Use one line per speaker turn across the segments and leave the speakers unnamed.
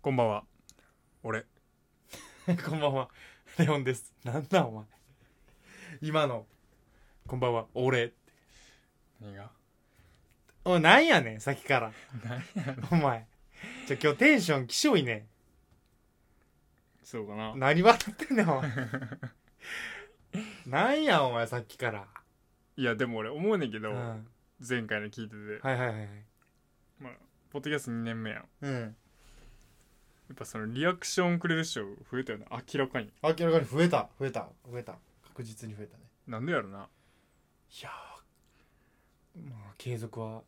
こんばんは。俺。
こんばんは。レオンです。なんだお前。今の。こんばんは。俺って。
何が
おい、なんやねん、さっきから。
何や
お前。じゃ、今日テンションきしょいね。
そうかな。
何笑ってんねん、 お前。なんや、お前、さっきから。
いや、でも俺思うねんけ
う
ど、
ん。
前回の聞いてて、
はいはいはいはい。
まあ、ポッドキャスト2年目やん。や
うん。
っぱそのリアクションくれる人増えたよな、明らかに。
明らかに増えた、増えた、増えた。確実に増えたね。
なんでやろな。
いやー、まあ、継続は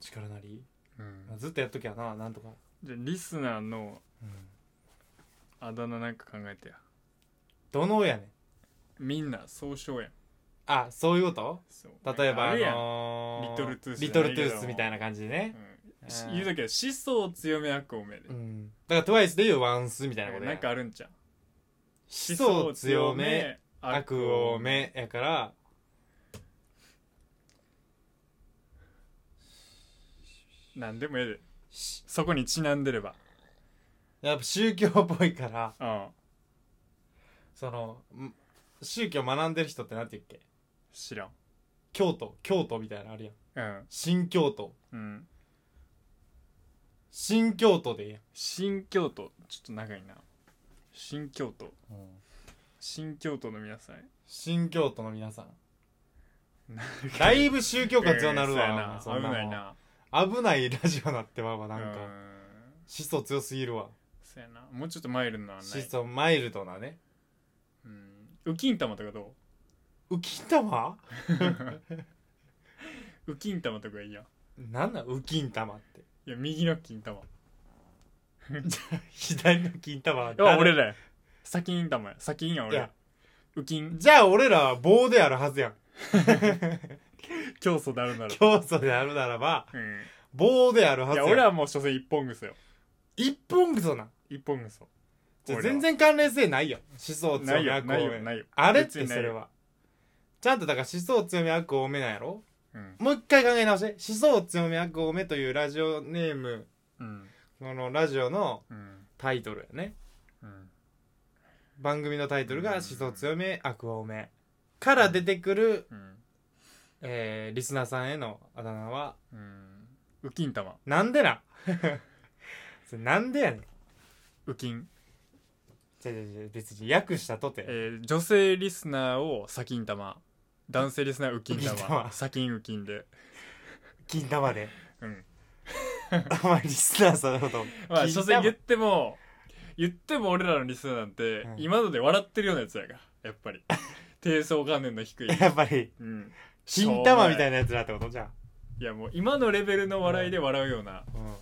力なり。
うん。
ずっとやっときゃな、なんとか。
じゃあ、リスナーの
うん。
あだ名なんか考えてや。
どのやねん。
みんな総称やん。
あ、そういうこと
そう
例えば、
あ
あ
るやん。
のー
リトルトゥースじゃないけど
リトルトゥースみたいな感じでね、
うんし言うときは思想強め悪多めで
う。ん、だからトゥワイスでいうワンスみたいなことや
なんかあるんじゃん。
思想強め悪多
め。
めやから
なんでもええで。
し
そこにちなんでれば。
やっぱ宗教っぽいから
うん。
そのん宗教学んでる人ってなんて言うっけ
知らん。
京都京都みたいなのあるやん
うん。
新京都
うん。
新京都でええや
新京都ちょっと長いな新京都
ん、
新京都の皆さん
新京都の皆さん
なん
だいぶ宗教活用なる
うん
わ、
そうや
ん
な危
もん
ないな
危ないラジオなってまうわなんか、
う
思想強すぎるわ
そうやなもうちょっとマイルドなのは
思
ない、
想マイルドなね
うん、ウキン玉とかど
浮き玉
うウキン玉とかいいやん
なんなん浮きん玉って
いや右の金玉
左の金玉は誰
あ俺らや先ん玉や先んや
い
俺
や
ウキン
じゃあ俺らは棒であるはずやん
競争であるなら
競争であるならば
うん
棒であるはいず
や
やん
俺はもう所詮一本ぐそよ
一本嘘な
一本ぐそ
じゃあ
俺は
全然関連性ないよ思想
な
強
い
め
よ
悪
ないよ
多
ない
め
よ
あれっ
別に
てそ
ないよ
れはちゃんとだから思想強め悪多めなんやろ
うん
もう一回考え直して思想強め悪多めというラジオネーム
うん
このラジオの
うん
タイトルやね
うん
番組のタイトルが「思想強め悪多め」から出てくる、
うん
えーリスナーさんへのあだ名は
うんウキン玉
なんでなん それなんでやねん
ウキン
じゃじゃじゃ別に訳したとて
えー女性リスナーを砂金玉男性リスナーウキン
ウキン玉
玉砂金ウキンで
金玉で
うん
お前リスナーさんのこと
まあ
金
所
玉
詮言っても言っても俺らのリスナーなんて、
うん
今ので笑ってるようなやつやからやっぱり低層観念の 低い、
やっぱり
うん、
金玉みたい
な
なやつだってことじゃ
いやもう今のレベルの笑いで笑うような、
あ、うん、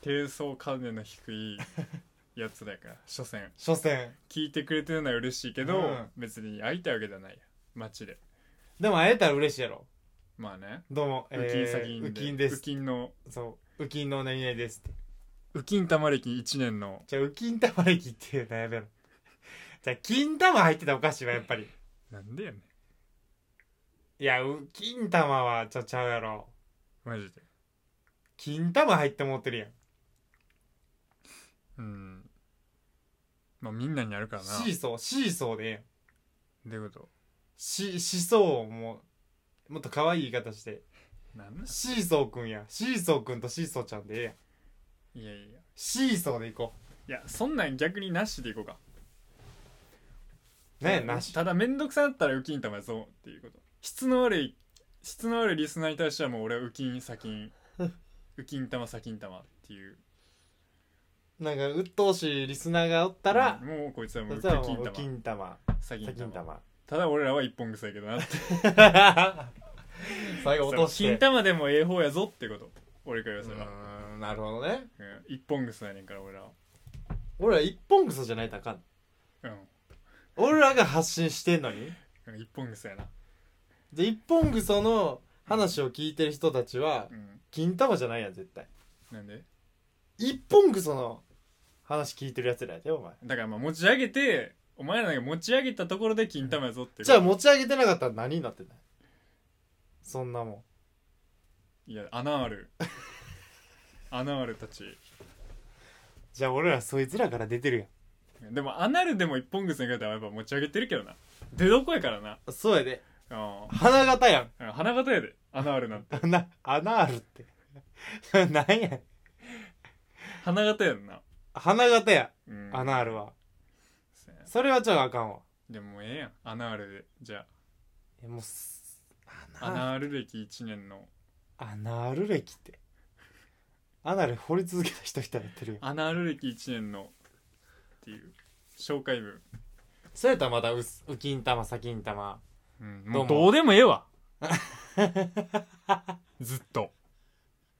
低層観念の低 いやつだから所詮
所詮
聞いてくれてるのは嬉しいけど、
うん
別に会いたいわけじゃないや街で
でも会えたら嬉しいやろ
まあね
どうも、
ウキンサ
え
キ
ー
ンで
ウキンで
ウ
す
キンの
そうウキンの何々ですって
ウキン玉歴1年の
じゃあウキン玉歴っていうのやめろじゃあ金玉入ってたらおかしいわやっぱり
なんでやねん
いやウ金玉はちょちゃうやろ
マジで
金玉入って持ってるやん
うんまあみんなにあるからな
シーソーシーソーでええやん
どういうこと
し、しそうも、もっと可愛い言い方して。
なんなん
シーソーくんや。シーソーくんとシーソーちゃんでええやん。
いやいや
シーソーでいこ
いやそんなん逆になしでいこうか
う。ねえ、なし。
ただ面倒くさだったらウキン玉やぞっていうこと質の悪い質の悪いリスナーに対してはもう俺はウキン先 ンウキン玉先ン玉っていう
なんか、鬱陶しいリスナーがおったら
う、んもうこいつはも
そう
ウ
した
キン
らもう、
玉
金玉。
先ン
金
玉
玉。玉
ただ俺らは一本癖やけどなって
最 後落とし
金
て。
玉でもええ方やぞってこと俺から言わ
う
せれば、
ーん、なるほどね。
うん、一本癖やねんから俺らは
俺ら一本草じゃないとあかん。
う
俺らが発信してんのに。
ん一本癖やな
で、一本草の話を聞いてる人たちは
う、ん
金玉じゃないやん、絶対。
なんで
一本草の話聞いてるやつらやで、お前。
だからまあ持ち上げてお前らなんか持ち上げたところで金玉やぞって
じゃあ
も
持ち上げてなかったら何になってないそんなも ん
いや穴ある穴あるたち
じゃあ俺らそいつらから出てる
でもアナルでも一本靴にかけたらやっぱ持ち上げてるけどな出どこやからな
やんそうやで
う
花形やん
ん花形やでアナルなん て
穴穴あるって なんや
花形やんな、
花形や
うん、
穴あるは
そうや
それはちょっとあかんわ
でももうええやんアナルでじゃ
いやもうす
あア
穴
ナル歴1年の
穴ある歴って穴で掘り続けた人みたいになってるよ
アナル歴1年のっていう紹介文、
そうやったらまたうすうきん玉先ん玉
うん、
どう
もう
も
どうでもええわ ずっと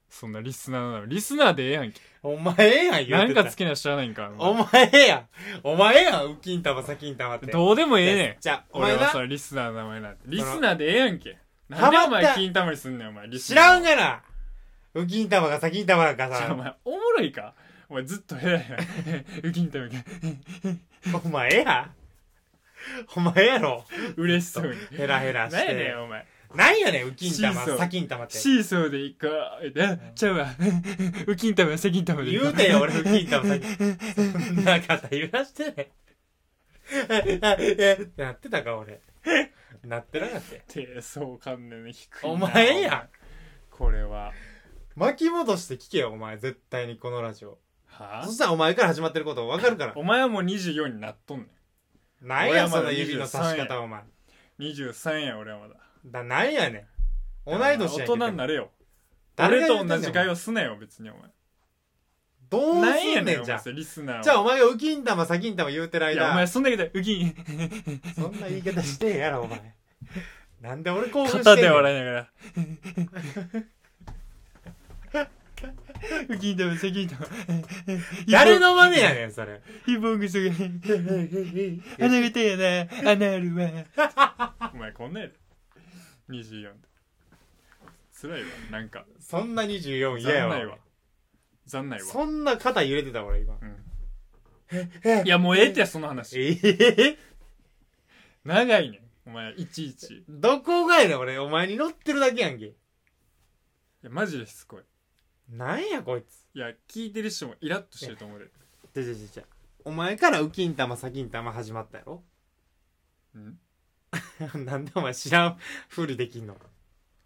そんなリスナーなのリスナーでええやんけ
お前ええやん言
な
うんて
か
た
つけな知らないんか
お前ええやんお前ええやんうきん玉先ん玉って
どうでもええねん
じゃあお
俺
前
は
な
それリスナーの名前なんてリスナーでええやんけ
の
なんでお前
ハマった
金玉にすんねんお前リス
知
ナー
らんがなうきん玉が先ん玉が
じゃあお
さ
前おもろいかお前ずっと偉いな金玉が
お前ええやお前ええやろ
嬉しそうに
ヘラヘラして
何やねんお前
なんやねん、ウキン
シーソ
玉、
ー
サキン玉って。
シーソーで行こうってあちゃうわウキン玉セキン玉で行こ
言うてよ、俺、ウキン玉、サキン。そんな肩揺らしてね。 なってたか、俺。なってなかったよ。
低層観念低いな
お前や
これは
巻き戻して聞けよ、お前。絶対にこのラジオ。
はあ
そしたらお前から始まってることわかるから。
お前はもう24になっとんね
なんや、その指の差し方、お前。
ん23や俺はまだ
だ、なんやねん。同い
大
年やんけど。
人になれよ
誰
俺
が言う
と
てんねん
同じ会話すなよ別にお
どう
前なん
す
や
ん
ね
ね
ん
ん、
お
じ
前
ゃあ
そ。れリスナーは
じゃあお前がウキン玉、サキン玉言うてる
いやお前
間、
そんだけでウキン
そんな言い方してえやろ、お前。 なんで俺興奮してんねん
肩で笑いなが らウキン玉セキ ン玉
誰の真似やねん、それ。
ヒボングスが穴がた やな穴あるわお前こんなんやで24つらいわなんか
そんな24嫌や
残ない
わ
わ。残ないわ
そんな肩揺れてた俺今。
い やもうええってその話
ええ
長いねんお前いちいちい
どこがやねん俺、お前に乗ってるだけやんけ。
やマジでしつこい
なんやこいつ。
いや聞いてる人もイラッとしてると思うで
ちゃちゃちゃちゃ。お前からウキン玉、サキン玉始まったやろ
うん
なんでお前知らんふりできんの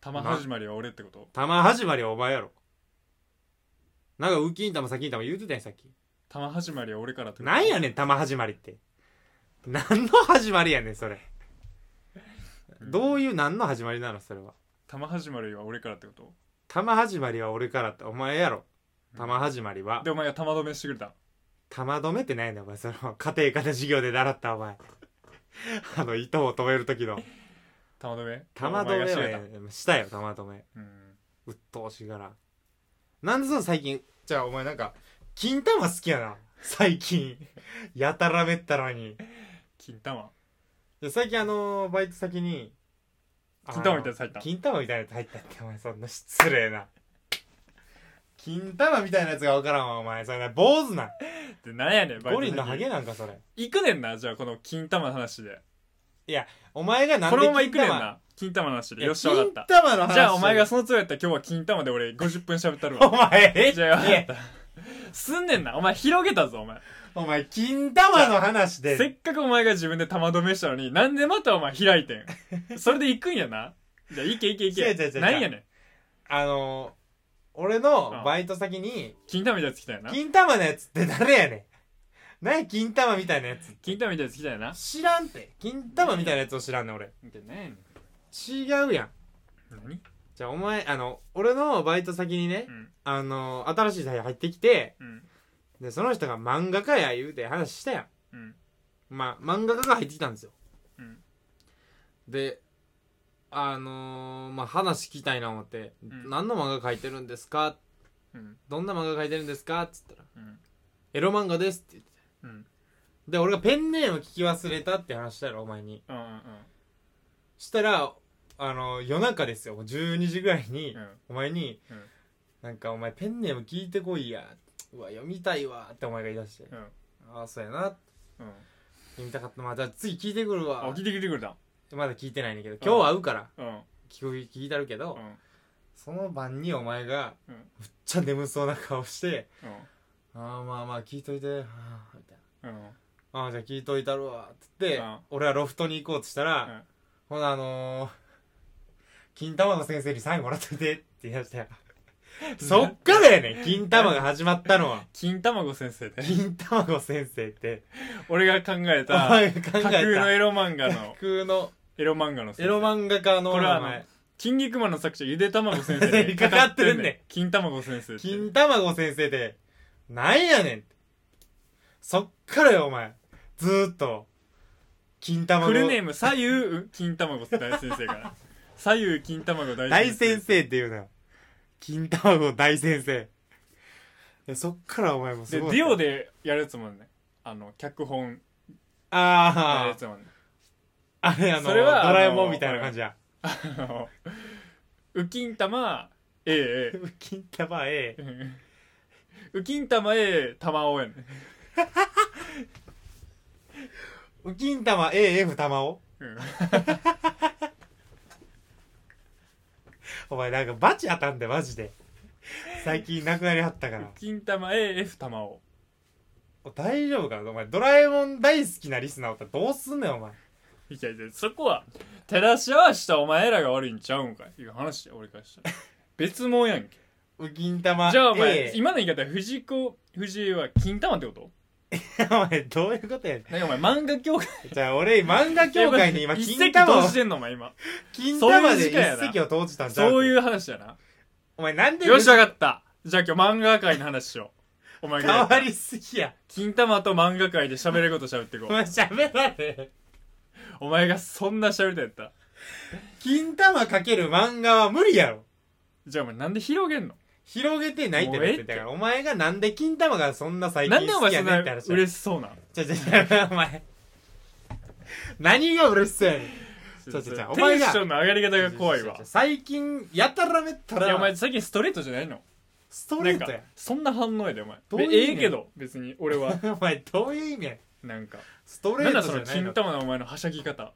玉始まりは俺ってこと
玉始まりはお前やろ。なんかウキン玉、サキン玉言うてたやん、さっき。
玉始まりは俺からってこと
なんやねん、玉始まりって。何の始まりやねん、それ。どういう何の始まりなの、それは。
玉始まりは俺からってこと
玉始まりは俺からってお前やろ玉始まりは
でお前が玉止めしてくれた
玉止めってないんだお前その家庭科の授業で習ったお前あの糸を止める時の
玉止め
玉
お前
止
が
め
して
は
くれた
ねしたよ玉止め
うん
鬱陶しいからなんでその最近じゃあお前なんか金玉好きやな最近 やたらめったらにい
金玉
や最近あのバイト先に
金玉みたいなやつ入った
あの金玉みたいなやつ入ったってお前そんな失礼な金玉みたいなやつが分からんわお前それな坊主なん
でなんやねんバイ
五
ト先
輪のハゲなんかそれ
行くねんなじゃあこの金玉の話で
お前がなん
こ
で
のまま行
金
くねん
玉
な金玉の話で
いや
よっしゃ分かっ
金玉の
た
話
じゃあお前がそのつもりやったら今日は金玉で俺50分喋ったる
お
わ
前え
じゃあ分かっ
え
たすんねんなお前広げたぞお前
お前金玉の話
せ
で
っかくお前が自分で玉止めしたのになんでまたお前開いてんそれで行くんやなじゃあ行け行け
違う
行
違う違う違
け
う
なんやねん
あの俺のバイト先に
金玉みたいなやつ来たよな
金玉のやつって誰やねん何や金玉みたいなやつ
金玉みたいなやつ来たよな
知らんって金玉みたいなやつを知らんねん俺
でね
違うやん
何
じゃあお前あの俺のバイト先にね
うん
あの新しい人が入ってきて
うん
でその人が漫画家や言うて話したや
う
ん
ん
まあ、漫画家が入ってきたんですよ。
うん
で、あのーまあ、話聞きたいな思って、
ん
何の漫画描いてるんですか
うん
どんな漫画描いてるんですかっつったら、
うん
エロ漫画ですって言って。
うん
で、俺がペンネーム聞き忘れたって話したやろ、お前に。
うんうん
したら、あのー夜中ですよ、もう12時ぐらいに、
うん
お前に、
うん
なんかお前ペンネーム聞いてこいや。うわ、読みたいわってお前が言い出して。
うん
ああ、そうやな。
うん
読みたかった。まあ、じゃあ次聞いてくる
あ
わ
聞。いてきてくれた
まだ聞いてないねんだけど、今日会うから。
うんうん
聞く聞いたるけど、その晩にお前が
うん
むっちゃ眠そうな顔して
うん
ああまあまあ聞いといてはあみたい
うん
なああじゃあ聞いといたるわっつって、
うん
俺はロフトに行こうとしたら、
うん
ほなあのー、金玉の先生にサインもらっといてって言いましたよそっからやねん金玉が始まったのは
金卵先生で
金玉子先生って
俺が考え
お
た
前が考
架
えた
空のエロ漫画の
架空の
エロ漫画の先生
エロ漫画家の
これはあ
名
の
前
筋肉マンの作者ゆでたまご先生
かかってるね
金玉ご先生って
金玉子先生でなんやねんそっからよお前ずーっと金玉
フルネー
ム
ム左右金玉ご大先生 から左右金玉ご大
大
先生
先生って言うなよ金玉子大先生でそっからお前もす
でデ
ごい
ュオでやるやつもあるねあの脚本やる
あ
やつもあるね
ああれあの
それは
ドラえ
あ
もん
の
みたいな感じや
あのウキン玉 A
金玉 A
ウキン玉 A 玉おやね
金玉 AF 玉を
うん
お前なんかバチ当たんでマジで最近なくなりはったから
金玉 AF 玉お
大丈夫かなお前ドラえもん大好きなリスナーおったらどうすんねんお前
いやいやそこは照らし合わしたお前らが悪いんちゃうんかいいう話や俺からした ら別もんやんけ
う銀玉
じゃあお前、
A
今の言い方藤子藤井は金玉ってこと
お前どういうことやねん
何お前漫画協会
じゃあ俺漫画協会に 今
一
金
石
玉を
投じてんのお前今
金玉で
そういう時間やな
一石を投じたんじゃん
そういうう話やな
お前なんで
よしわかったじゃあ今日漫画界の話しようお 前
変
が
わりすぎや
金玉と漫画界で喋れること喋っていこ
お
う
前喋らねえ
お前がそんな喋りたいやった
金玉かける漫画は無理やろ
じゃあお前なんで広げんの
広げてないってなっ
もうええ
てたからお前がなんで金玉がそんな最
なん
近
でお
好
前
き
そ
や
ん
ねん
な
って話
嬉しそうなん
ちょちょちょお前 何が嬉しそうやねん
テ
ちょ
ン
ち
シ
ょちょお前が
ョンの上がり方が怖いわ
最近やたらめった
いやお前
ら
最近ストレートじゃないの
スト
な
レ
ん
ー
か
トや
そんな反応やでお前
どういう意味
ええけど別に俺は
お前どういう意味や
なんか
ストレ
なん
ー
だ
ト
その
じゃない
金
の
玉のお前のはしゃぎ 方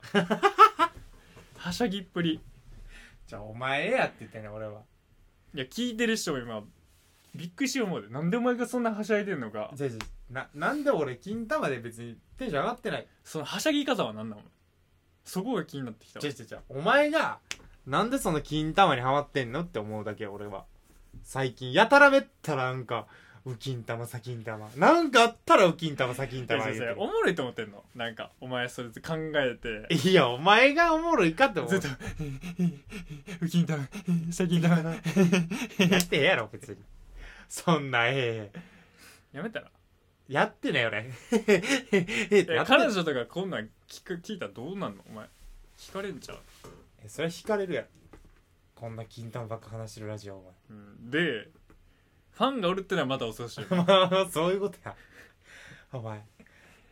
はしゃぎっぷり
じゃあお前やって言ってんねん俺はい
や聞いてる人も今びっくりしよう思うでなんでお前がそんなはしゃいでんのか
じゃあじゃあななんで俺金玉で別にテンション上がってない
そのはしゃぎ方は何なのそこが気になってきた
じゃあじゃあじゃあお前がなんでその金玉にハマってんのって思うだけ俺は最近やたらめったらなんかウキン玉サキン玉なんかあったらウキン玉サキン
いや
玉
先
言うて
生おもろいと思ってんのなんかお前それ考えて
るいやお前がおもろいかって思
ず
う
っと「ウキンタムシャキンタム
やってええやろ別にそんなええ」
やめたら
やってない 俺ええって
え
なって
彼女とかこんなん聞く聞いたらどうなんのお前聞かれんちゃう、
えそれは惹かれるやろこんな金玉ばっか話してるラジオお前
うん、でファンがおるってのはまた恐ろしいよ、
まあ そういうことやお前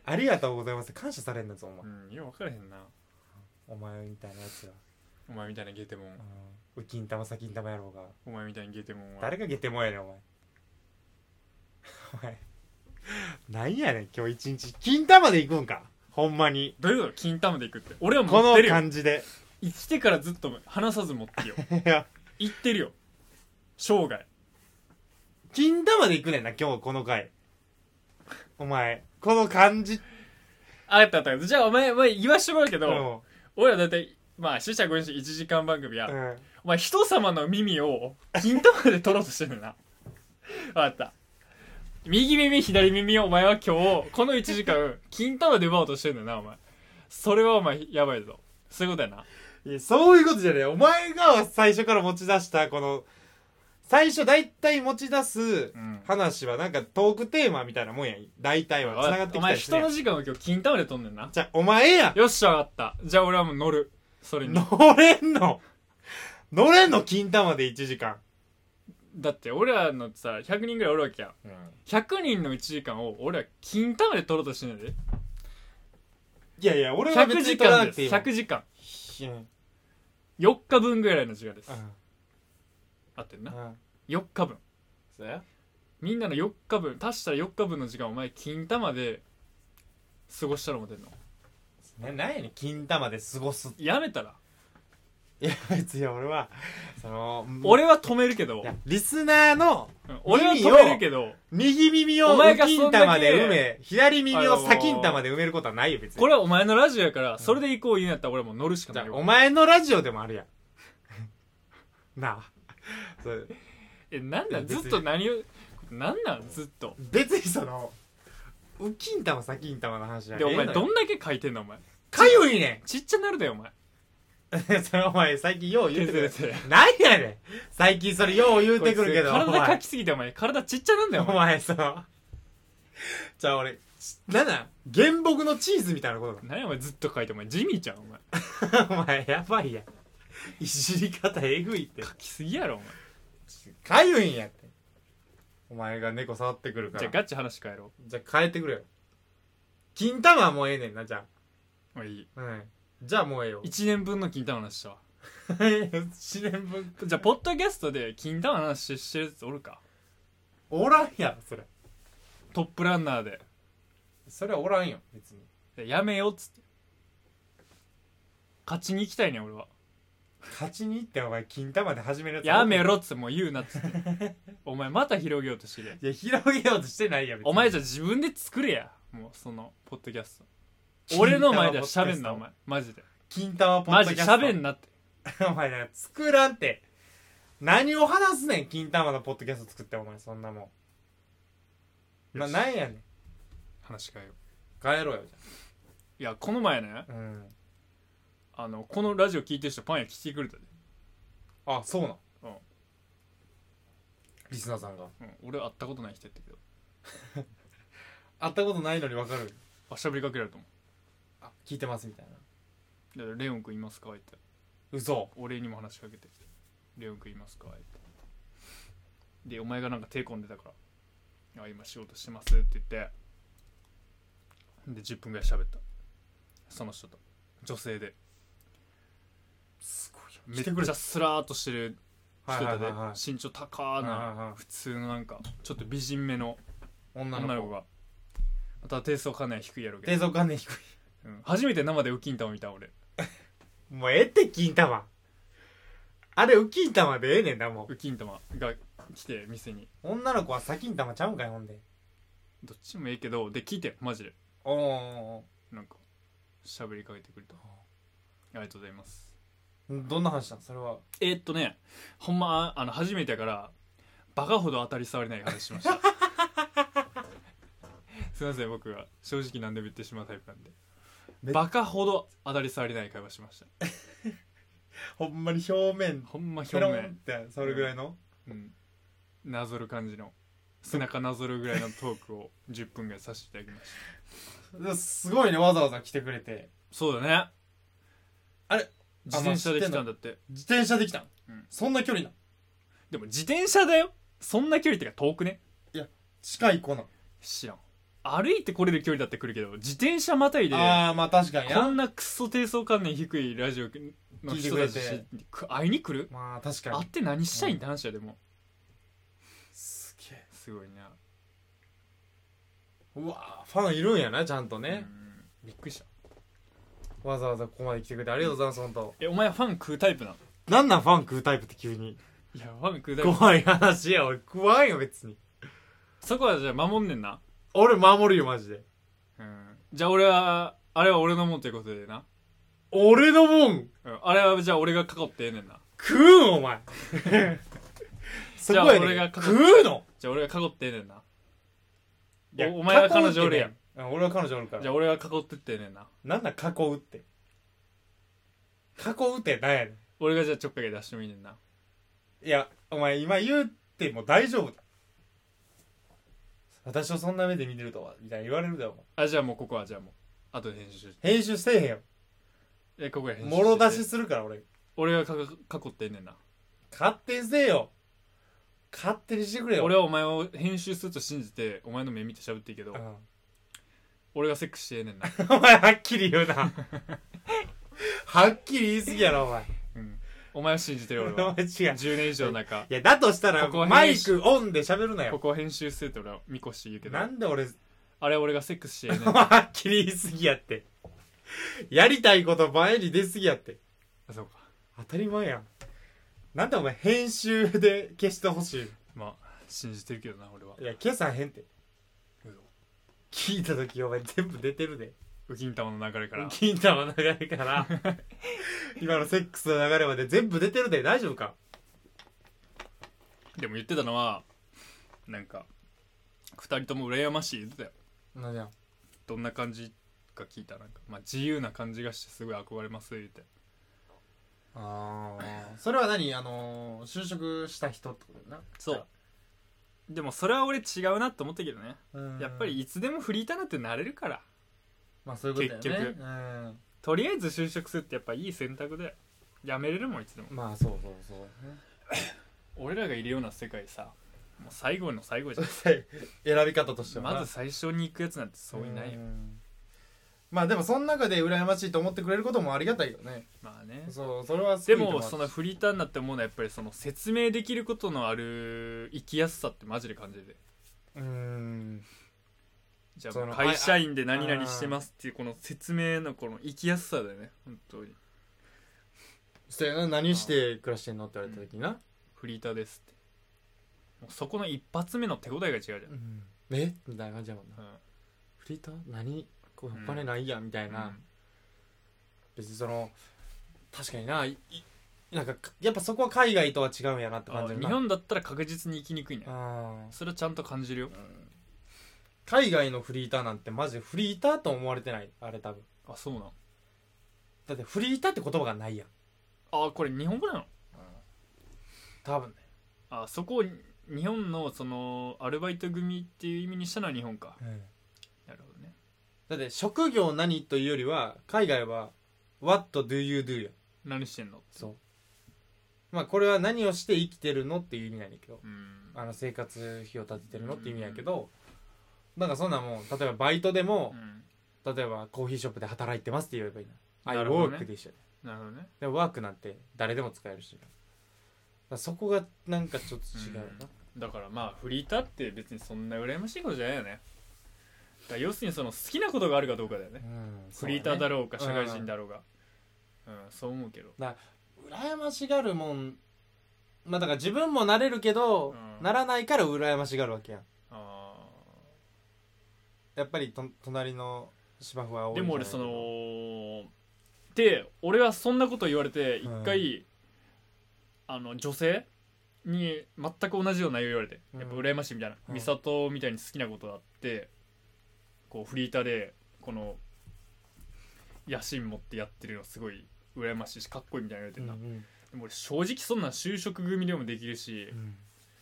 ありがとうございます感謝されんだぞ
う、ん、よう分からへんな
お前お前みたいなやつが、
お前みたいなゲテモン
うん、ウキン玉サキン玉やろうが
お前みたいなゲテモンは
誰がゲテモンやねんお前お前なんやねん今日一日金玉で行くんかほんまに
どういうこと金玉で行くって俺は
こ
持っ
の
てるよ
感じで
生きてからずっと離さず持ってるよ
いや
言ってるよ生涯
金玉で行くねんな今日この回お前この感じ
ああったあったじゃあお前お前言わしてもらうけど、
の
俺らだいたいまあ死者5人1時間番組や、
うん
お前人様の耳を金玉で取ろうとしてるな分かった右耳左耳をお前は今日この1時間金玉で奪おうとしてるんだなお前それはお前やばいぞそういうことやない
やそういうことじゃねえお前が最初から持ち出したこの最初大体持ち出す
うん
話はなんかトークテーマみたいなもんやん大体はつながっ
お
てきた
前
りす
人
るや
の
ん
時間を今日金玉で取んねんな
じゃあお前や
よっしゃ分かったじゃあ俺はもう乗るそれに
乗れんの乗れんの金玉で1時間
だって俺らのさ100人ぐらいおるわけやん100人の1時間を俺は金玉で取ろうとしてんねんで
いやいや俺は別
100
に
時
取ら
間
な
で
く
す
ていいもん
100時間
うん
4日分ぐらいの時間です合ってんな
うん
4日分
そうや
みんなの4日分足したら4日分の時間お前金玉で過ごしたら思ってんの
ななんやねん金玉で過ごす
やめたら
いいや別に俺はその
俺は止めるけど
いやリスナーの
うん俺は止めるけど
右耳を
お前が
右
そんだけ
金玉で埋め左耳を左金玉で埋めることはないよ別に
これはお前のラジオやからそれで行こう言うんやったら俺はもう乗るしか
じ
ない
ゃ
よ
あお前のラジオでもあるやん なあそう
えなんなん
別
ず
に
っと何をなんなんずっと
別にその右金玉左金玉の話じゃ
でお前ど
ん
んだけ書いてんのお前
かゆいね
ちっちゃなるだよお前
ん それお前最近よう言うてくる
削れて
何やねん最近それよう言うてくるけど
こいつ
お
体
前
かきすぎてお前体ちっちゃなんだよお前
お前さ、じゃあ俺、ちなんなん原木のチーズみたいなこと
何やお前ずっと書いてお前地味じゃんお前
だ。お前やばいやん。いじり方えぐいって。
書きすぎやろお前
かゆいんやって。お前が猫触ってくるか
じゃ
ら。
あ
じゃ
ガチ話変えろ
あ変えてくれよ。金玉はもうええねんな、じゃ
もういい
あ。うん。じゃあもうええよ。
1年分の金玉の話したわ
1年分。
じゃあポッドキャストで金玉の話してるやつおるか
おらんやろ、それ。
トップランナーで
それはおらんよ、別に。
でやめようっつって勝ちに行きたいねん俺は
勝ちに行ってお前、金玉で始めるやつ。
やめ。ろっつってもう言うなっつってお前また広げようとしてるやん
いや、広げようとしてないやん、別に
お前じゃ自分で作れやもうそのポッドキャスト俺の前では喋んなお前マジで
金玉ポッ
マ
ド
ジ
キャ
で
スト。
喋んなって
お前な、作らんって。何を話すねん、金玉のポッドキャスト作って、お前、そんなもん。まあ、
よし
なんやねん。
話変えよう
帰ろうよ、じ
いやこの前ね
ゃあ。うん。
あのこのラジオ聞いてる人パン屋聞いてくれたで、
あ、そうなん。
うん
リスナーさんが。
うん、俺会ったことない人やったけど
会ったことないのにわかる。
あ喋りかけられたもん
あ、聞いてます、みたいな。
だからレオン君いますか?」って
嘘。
俺にも話しかけてきて「レオン君いますか?」ってでお前がなんか手込んでたから「あ今仕事してます」って言ってで10分ぐらい喋ったその人と女性です
ごいよ。
めっ
来てくれ
ち
た
ゃ。スラーっとしてる人
はいはい
だ
は
で
いはい。
身長高
はいはいは
ない普通のなんかちょっと美人めの
女
女
の
の
子。
子がまた低層かなり低いやろうけ
低
ど、
層観念低い。
うん初めて生でウキンタを見た俺
もうええって、金玉。あれ、ウキン玉でええねんな、もう。
ウキンタマが来て店に
女の子は先金玉ちゃうんかい、ほんで。
どっちもいいけどで聞いてマジで
おーお
なんか喋りかけてくれたありがとうございます
ーおーどんな話なんそれは。
えーっとねほんまあの初めてやからバカほど当たり障りない話しました すいません僕は正直何でも言ってしまうタイプなんで
めっ
バカほど当たり障りない会話しました
ほんまに表面
ほんま表
ペロンっ
面、
てそれぐらいの、
うん、なぞる感じの背中なぞるぐらいのトーク を10分ぐらいさせていただきました
すごいねわざわざ来てくれて
そうだね
あれ
自転車で来たんだって
自転車で来たん、
うん
そんな距離なん
でも自転車だよそんな距離ってか遠くね
近い子なん
知らん歩いてこれる距離だって来るけど自転車またいで
ああまあ確かに
こ
なん
なクソ低層観念低いラジオの人たち
聞いて
く会いに来る
まあ確か
会
に
って何したいんって話やでも
すげえ
すごいな
うわーファンいるんやなちゃんと
う
ね、
んびっくりした
わざわざここまで来てくれてありがとうございます本当
えお前ファン食うタイプなの
なんなんファン食うタイプって急に
いやファン食うタイプ
怖い話や俺食わんよ別に
そこはじゃあ守んねんな
俺守るよマジで
うんじゃあ俺はあれは俺のもんということでな
俺のもん
うんあれはじゃあ俺が囲ってええねんな
食うんお前 そ
じ
こや
ゃあ俺
ね
が
ん食うの
じゃあ俺が囲ってええねんない
や
おお前は彼女おるやん
囲うってねうん俺は彼女おるから
じゃあ俺が囲ってってええねんな
なんだ囲うって囲うってなんやね
俺がじゃあちょっかい出してもいいねんなん
いやお前今言うても大丈夫だ私をそんな目で見てるとはみたいな言われるだろお
あじゃあもうここはじゃあもう後で編集し
前編集せえへんよ
えここや編集
もろ出しするから俺
俺がかか囲ってんねんな
勝手にせえよ勝手にしてくれよ
俺はお前を編集すると信じてお前の目見て喋っていいけど、
うん
俺がセックスしてええねんな、
お前はっきり言うなはっきり言い過ぎやろお前
うん、お前を信じてる俺
お
は
前違う
10年以上の中
いやだとしたら
ここは
マ
編
イ
集
クオンで喋るな
こ
よ
こを編集するって俺は見越して言うけど
なんで俺
あれは俺がセックスしてええねんな
はっきり言いすぎやって。やりたいこと前に出すぎやって。
あそうか
当たり前やんなんでお前編集で消してほし
まあ信じてるけどな俺はい
いや消さへんって
嘘
聞いた時お前全部出てるで
ウキンタマの流れから
金玉の流れから 今のセックスの流れまで全部出てるで大丈夫か
でも言ってたのはなんか二人とも羨ましい言ってたよ
何や
どんな感じか聞いたらなんか、まあ、自由な感じがしてすごい憧れます言って
あーそれは何あのー就職した人ってことだよな
そうでもそれは俺違うなと思ったけどね
うん
やっぱりいつでもフリーターなんてなれるから
まあそういうことだよね
結
うん
とりあえず就職するってやっぱいい選択でやめれるもんいつでも
まあそうそうそう
俺らがいるような世界さもう最後の最後じゃん
選び方としてはな
まず最初に行くやつなんてそういないよ
んまあでもその中で羨ましいと思ってくれることもありがたいよね
まあね
そうそれは
でもその
の
フリーターになって思うのはやっぱりその説明できることのある生きやすさってマジで感じる
うん
じゃ
そ
あ
の
会社員で何々してますっていうこの説明のこの生きやすさだよね本当に
そうやな何して暮らしてんのって言われた時にな、
フリーターですってもうそこの一発目の手応えが違うじゃん、うん
えみたいな感じやもんなフリーター何これお金ないやんみたいな、別にその確かにないいなんかやっぱそこは海外とは違うんやなって感
あ
じや
日
な
本だったら確実に生きにくいね
あー
それはちゃんと感じるよ
海外のフリーターなんてマジでフリーターと思われてないあれ多分
あそうなん
だってフリーターって言葉がないやん
あこれ日本語なの
多分ね
あそこを日本のそのアルバイト組っていう意味にしたのは日本かなるほどね
だって職業何というよりは海外は「What do you do?」やん
何してんの
そうまあこれは何をして生きてるのっていう意味なんだけど
うん
あの生活費を立ててるのっていう意味やけどなんかそんなもん例えばバイトでも
うん
例えばコーヒーショップで働いてますって言えばいいな「I
なるほどね
work」で一緒や
なるほどね
でワークなんて誰でも使えるしだからそこがなんかちょっと違うよな
だからまあフリーターって別にそんな羨ましいことじゃないよねだから要するにその好きなことがあるかどうかだよね
うん
フリーターだ
ろ
ろうか社会人だろうがうん、そう思うけど
羨ましがるもんまあだから自分もなれるけど、
うん
ならないから羨ましがるわけやん
あ
やっぱりと隣の芝生は
ー
青い
で
んじ
も
ゃな
俺
い
そので俺はそんなこと言われて一回、あの女性に全く同じような内容言われて
うん
やっぱ羨ましいみたいな、
うん
美里みたいに好きなことがあってこうフリーターでこの野心持ってやってるのすごい羨ましいしかっこいいみたいなの言われて
うんん
な、
うん
でも俺正直そんなん就職組でもできるし、
うん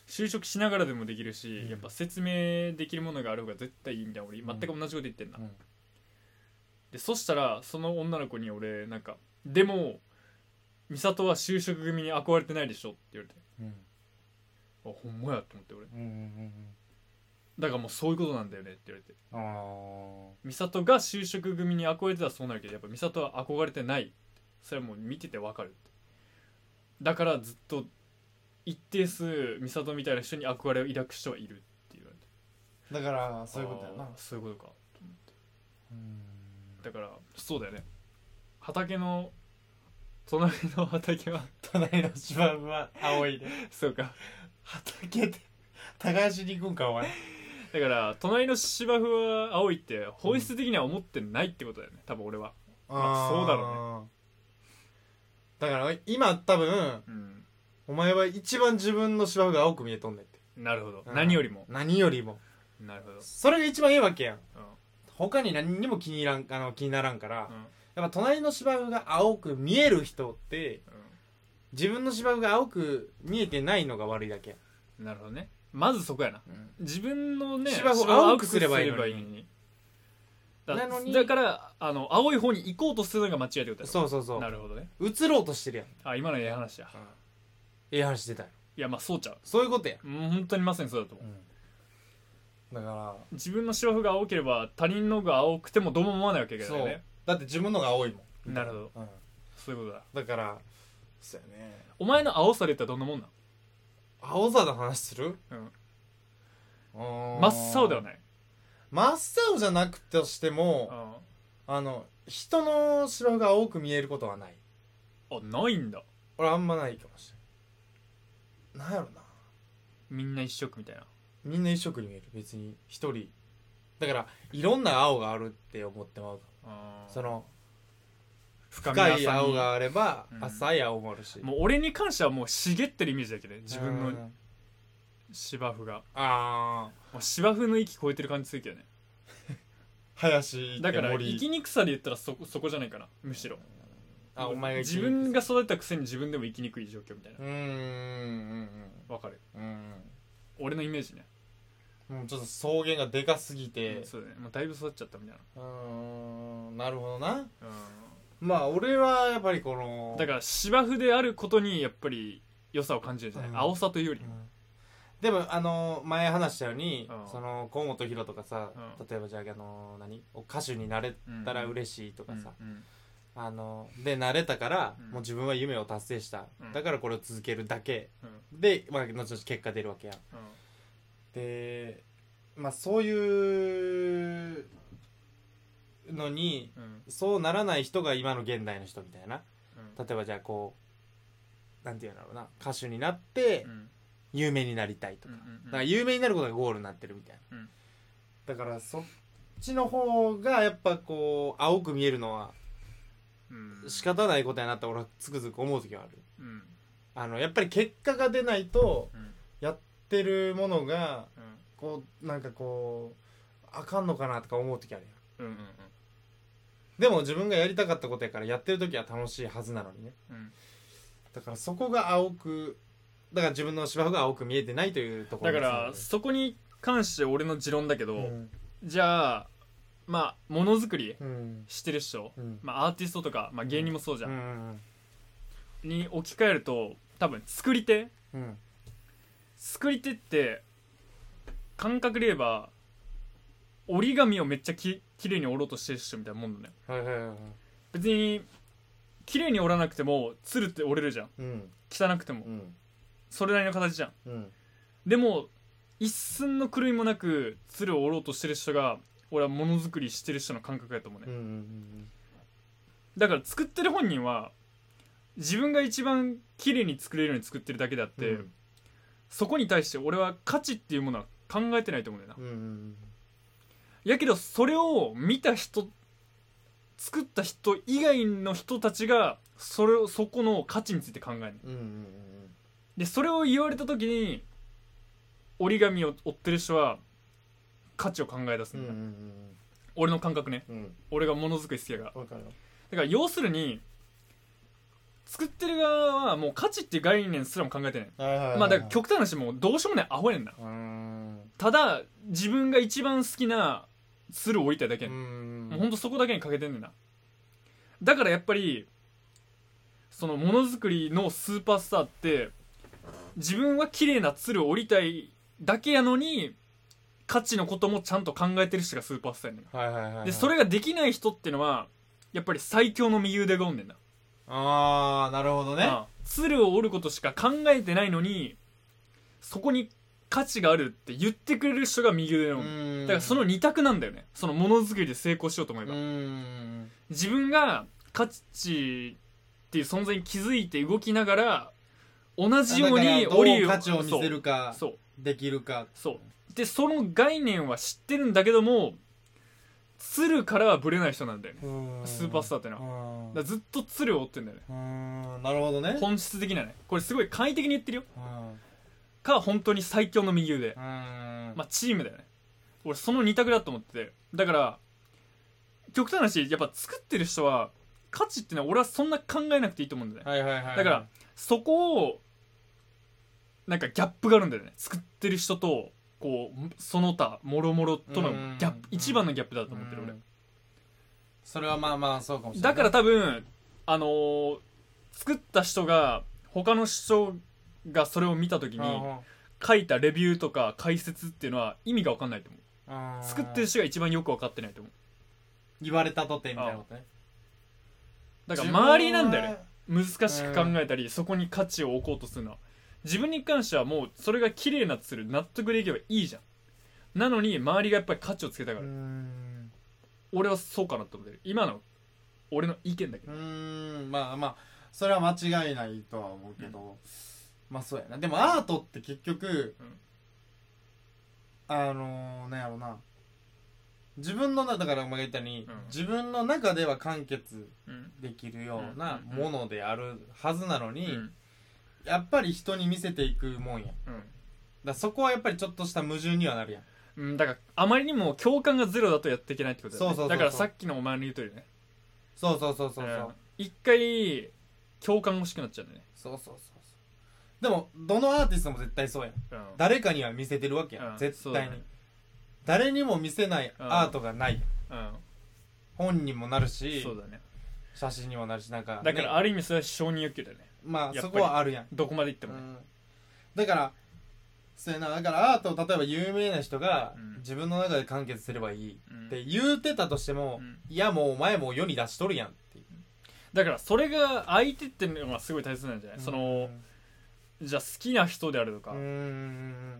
就職しながらでもできるし、
うん
やっぱ説明できるものがある方が絶対いいみたいな俺全く同じこと言ってんな、
うん
でそしたらその女の子に俺なんか「でも美里は就職組に憧れてないでしょ」って言われて
うん
あほんまやと思って俺
うんうん
だからもうそういうことなんだよねって言われて
うんあ
美里が就職組に憧れてたらそうなるけどやっぱ美里は憧れてないってそれはもう見ててわかるってだからずっと一定数美里みたいな人に憧れを抱く人はいるって言われて
ーだからそういうことやな
あーそういうことかと思って
うん
だからそうだよね畑の隣の畑は
隣の芝生は青いで
そうか
畑で耕しに行くんかお前
だから隣の芝生は青いって本質的には思ってないってことだよね多分俺はまあそうだろ
うねだから今多分
うん
お前は一番自分の芝生が青く見えとんねんって
なるほど
うん
何よりも
何よりも
なるほど
それが一番ええわけやん
う
他に何にも気に入らんあの気にならんから、
んうん
やっぱ隣の芝生が青く見える人って自分の芝生が青く見えてないのが悪いだけ、
うんなるほどねまずそこやな自分のね
芝生を青くすればいいのに
だ
なのに
だからあの青い方に行こうとするのが間違いってことだ
そうそうそ
な
う
るほどね
映ろうとしてるやん
あ今のええ話や
ええ話出たよ
いやまあそうちゃう
そういうことや、
うん本当にまさにそうだと思う
だか
自分の芝生が青ければ他人のが青くてもどうも思わないわけだ
ら
よね
だって自分のが青いもん
なるほど
ど、うん
そういうことだ
だからそうやね
お前の青さで言ったらどんなもんなん
青さの話する
うん
真
真っ青では
ね
ない
真っ青じゃなくとしても
あ
あの人の芝生が青く見えることはない
あないんだ
俺あんまないかもしれないなんやろな
みんな一色みたいな
みんな一色に見える別に一人だからいろんな青があるって思ってまうか
あ
ら
ー
その
深
深い
浅
青があれば
うん
浅い青もあるし、
もう俺に関してはもう茂ってるイメージだけどね自分
う
の
ん
芝生が
ああ
もう芝生の域超えてる感じするけどね
林行
だ
って
から
森
生きにくさで言ったらそこそこじゃないかなむしろ
あお前が
自分が育てたくせに自分でも生きにくい状況みたいうな
ーんうん
わかる
うんうん
俺のイメージね、
うんもうちょっと草原がでかすぎて
そうだねもうだいぶ育っちゃったみたいう
ーんなるほどな
な、
まあ俺はやっぱりこの
だから芝生であることにやっぱり良さを感じるじゃない、
うん
青さというより、
うんでもあの前話したように、
うん
その河本ロとかさ、
うん
例えばじゃああの何歌手になれ
うん
たら嬉しいとかさ、
うんうん
あのでなれたから、
うん
もう自分は夢を達成した、
うん
だからこれを続けるだけ
うん
で、まあ、後々結果出るわけやん
うん
でまあそういうのに
うん
そうならない人が今の現代の人みたいな
うん
例えばじゃあこうなんていうんだろうな歌手になって
うん
有名になりたいとか,、
うんうんうん
だから有名になることがゴールになってるみたいな、
うん
だからそっちの方がやっぱこう青く見えるのは
うん
仕方ないことやなって俺はつくづく思う時はある
うんうん
あのやっぱり結果が出ないと
うん
やってるものが
うん
こうなんかこうあかんのかなとか思う時あるやん
うんうん
でも自分がやりたかったことやからやってる時は楽しいはずなのにね
うん
だからそこが青くだから自分の芝生が青く見えてないというところ
だ
に
から
つ
そこに関して俺の持論だけど、
ながる
じゃあまあものづくり
うんうん
してる人、
うん
まあ、アーティストとか、まあ、芸人もそうじゃ、
うんん
に置き換えると多分作り手
うん
作り手って感覚で言えば折り紙をめっちゃき綺麗に折ろうとしてる人みたいなもんだね
はいはいはいはい
別に綺麗に折らなくてもつるって折れるじゃん
うん
汚くても
うん
それなりの形じゃん
うん
でも一寸の狂いもなくつるを折ろうとしてる人が俺はものづくりしてる人の感覚やと思うね
うんうん
だから作ってる本人は自分が一番綺麗に作れるように作ってるだけであって、
うん
そこに対して俺は価値っていうものは考えてないと思うんだよな、
うんうん
やけどそれを見た人作った人以外の人たちがそれをそこの価値について考える
うんうんうん
でそれを言われた時に折り紙を折ってる人は価値を考え出す
うんん
だ
う
よ、
ん
俺の感覚ね
うんうん
俺がものづくり好きやから
わかるわ
だから要するに作ってる側はもう価値っていう概念すらも考えてない
はいはいはいはい
まあだから極端な話もうどうしようもないアホやねんな
うん
ただ自分が一番好きな鶴を置いたいだけ
う
やねん
ん
もうほんとそこだけに欠けてんねんなだからやっぱりそのものづくりのスーパースターって自分は綺麗な鶴を折りたいだけやのに価値のこともちゃんと考えてる人がスーパースターやねんな
はいはいはいはい
でそれができない人っていうのはやっぱり最強の右腕がおんねんな
ああなるほどね
ああ鶴を折ることしか考えてないのにそこに価値があるって言ってくれる人が右腕なの、
うん
だからその二択なんだよねそのものづくりで成功しようと思えば、
うん
自分が価値っていう存在に気づいて動きながら同じように
だから
折り
どう価値を見せるか
そう
できるか
そうそうでその概念は知ってるんだけども鶴からはブレない人なんだよねスーパースターってのはだからずっと鶴を折ってんだよね
うーんなるほどね
本質的なねこれすごい簡易的に言ってるよ
うん
か本当に最強の右腕
うーん
まあチームだよね俺その2択だと思っててだから極端な話やっぱ作ってる人は価値ってのは俺はそんな考えなくていいと思うんだよね
はいはいはいはい
だからそこをなんかギャップがあるんだよね作ってる人とこうその他もろもろとのギャッ
うん
プ一番のギャップだと思ってる
う
俺
んそれはまあまあそうかもしれな
だ
い
から多分あのー作った人が他の人がそれを見た時に書いたレビューとか解説っていうのは意味が分かんないと思う
に
作ってる人が一番よく分かってないと思う
言われたとてみたいなことね
だから周りなんだよね
ね
難しく考えたりそこに価値を置こうとするのは自分に関してはもうそれが綺麗なツール納得できればいいじゃんなのに周りがやっぱり価値をつけた
う
か
ー
ら
ん
俺はそうかなと思ってる今の俺の意見だけ
う
ど
ーんまあまあそれは間違いないとは思うけど、まあそうやなでもアートって結局、
うん
あのー、なんやろな自分のなだからお前が言ったように、
うん
自分の中では完結
うん
できるような
うん
ものであるはずなの
う
に、
ん
やっぱり人に見せていくもんやだか
うん
らそこはやっぱりちょっとした矛盾にはなるやん
うん、だからあまりにも共感がゼロだとやっていけないってことだよね
そうそうそ
だ
うそう
からさっきのお前の言う通りね
そうそうそうそうそう、
うん一回共感欲しくなっちゃうんだよね
そうそうそうそうでもどのアーティストも絶対そうやん
うん
誰かには見せてるわけやん、
うん
絶
そう
対
だ
に、
ね
誰にも見せないアートがないやん、
うん
本にもなるし
そうだね
写真にもなるしなんか、ね、
だからある意味それは承認欲求だよねっぱ
まあ
り
そこはあるやん、
どこまでいって
う
もね
ん、だからそうやなだからアートを例えば有名な人が
うん
自分の中で完結すればいい
うん
って言うてたとしても、
うん
いやもうお前もう世に出しとるやんっていう
だからそれが相手っていうのがすごい大切なんじゃないそのじゃあ好きな人であると
う
か
んうん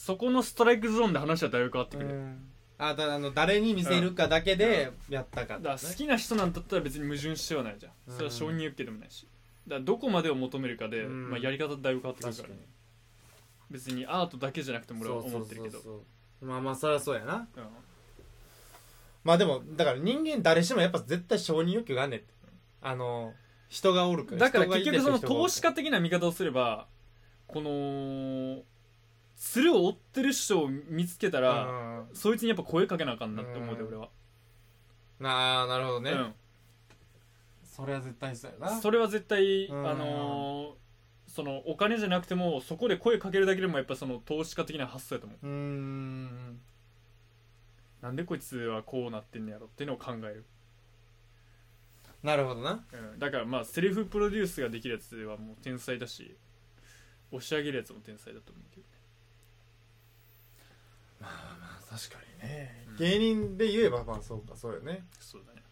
そこのストライクゾーンで話はだいぶ変わって
う
くるよ
んあだあの誰に見せるかだけでやったか
だ
っ
から
たね
好きな人なんだったら別に矛盾してはないじゃん
うん
それは承認欲求でもないしだからどこまでを求めるかで、
うん
まあ、やり方だいぶ変わってくるか
確
ら
か
ね
に
別にアートだけじゃなくても俺は
そうそ
思
う
ってるけど
そうそうまあまあそりゃそうやな
うん
まあでもだから人間誰しもやっぱ絶対承認欲求があんねんってあの人がおるから
だから
人が
結
いて
局その
人がおる
投資家的な見方をすればこの鶴を追ってる人を見つけた
から
ら、
うん
そいつにやっぱ声かけなあかんなって思うで
うん
俺は、
なあなるほどね、
うん
それは絶対そうやな
それは絶対、
うん
あのーそのお金じゃなくてもそこで声かけるだけでもやっぱその投資家的な発想やと思う
うーん
なんでこいつはこうなってんのやろっていうのを考える、
なるほどな
うん、だからまあセルフプロデュースができるやつはもう天才だし押し上げるやつも天才だと思うけど
確かにね
うん
芸人で言えばまあそうかそうよね
そうだね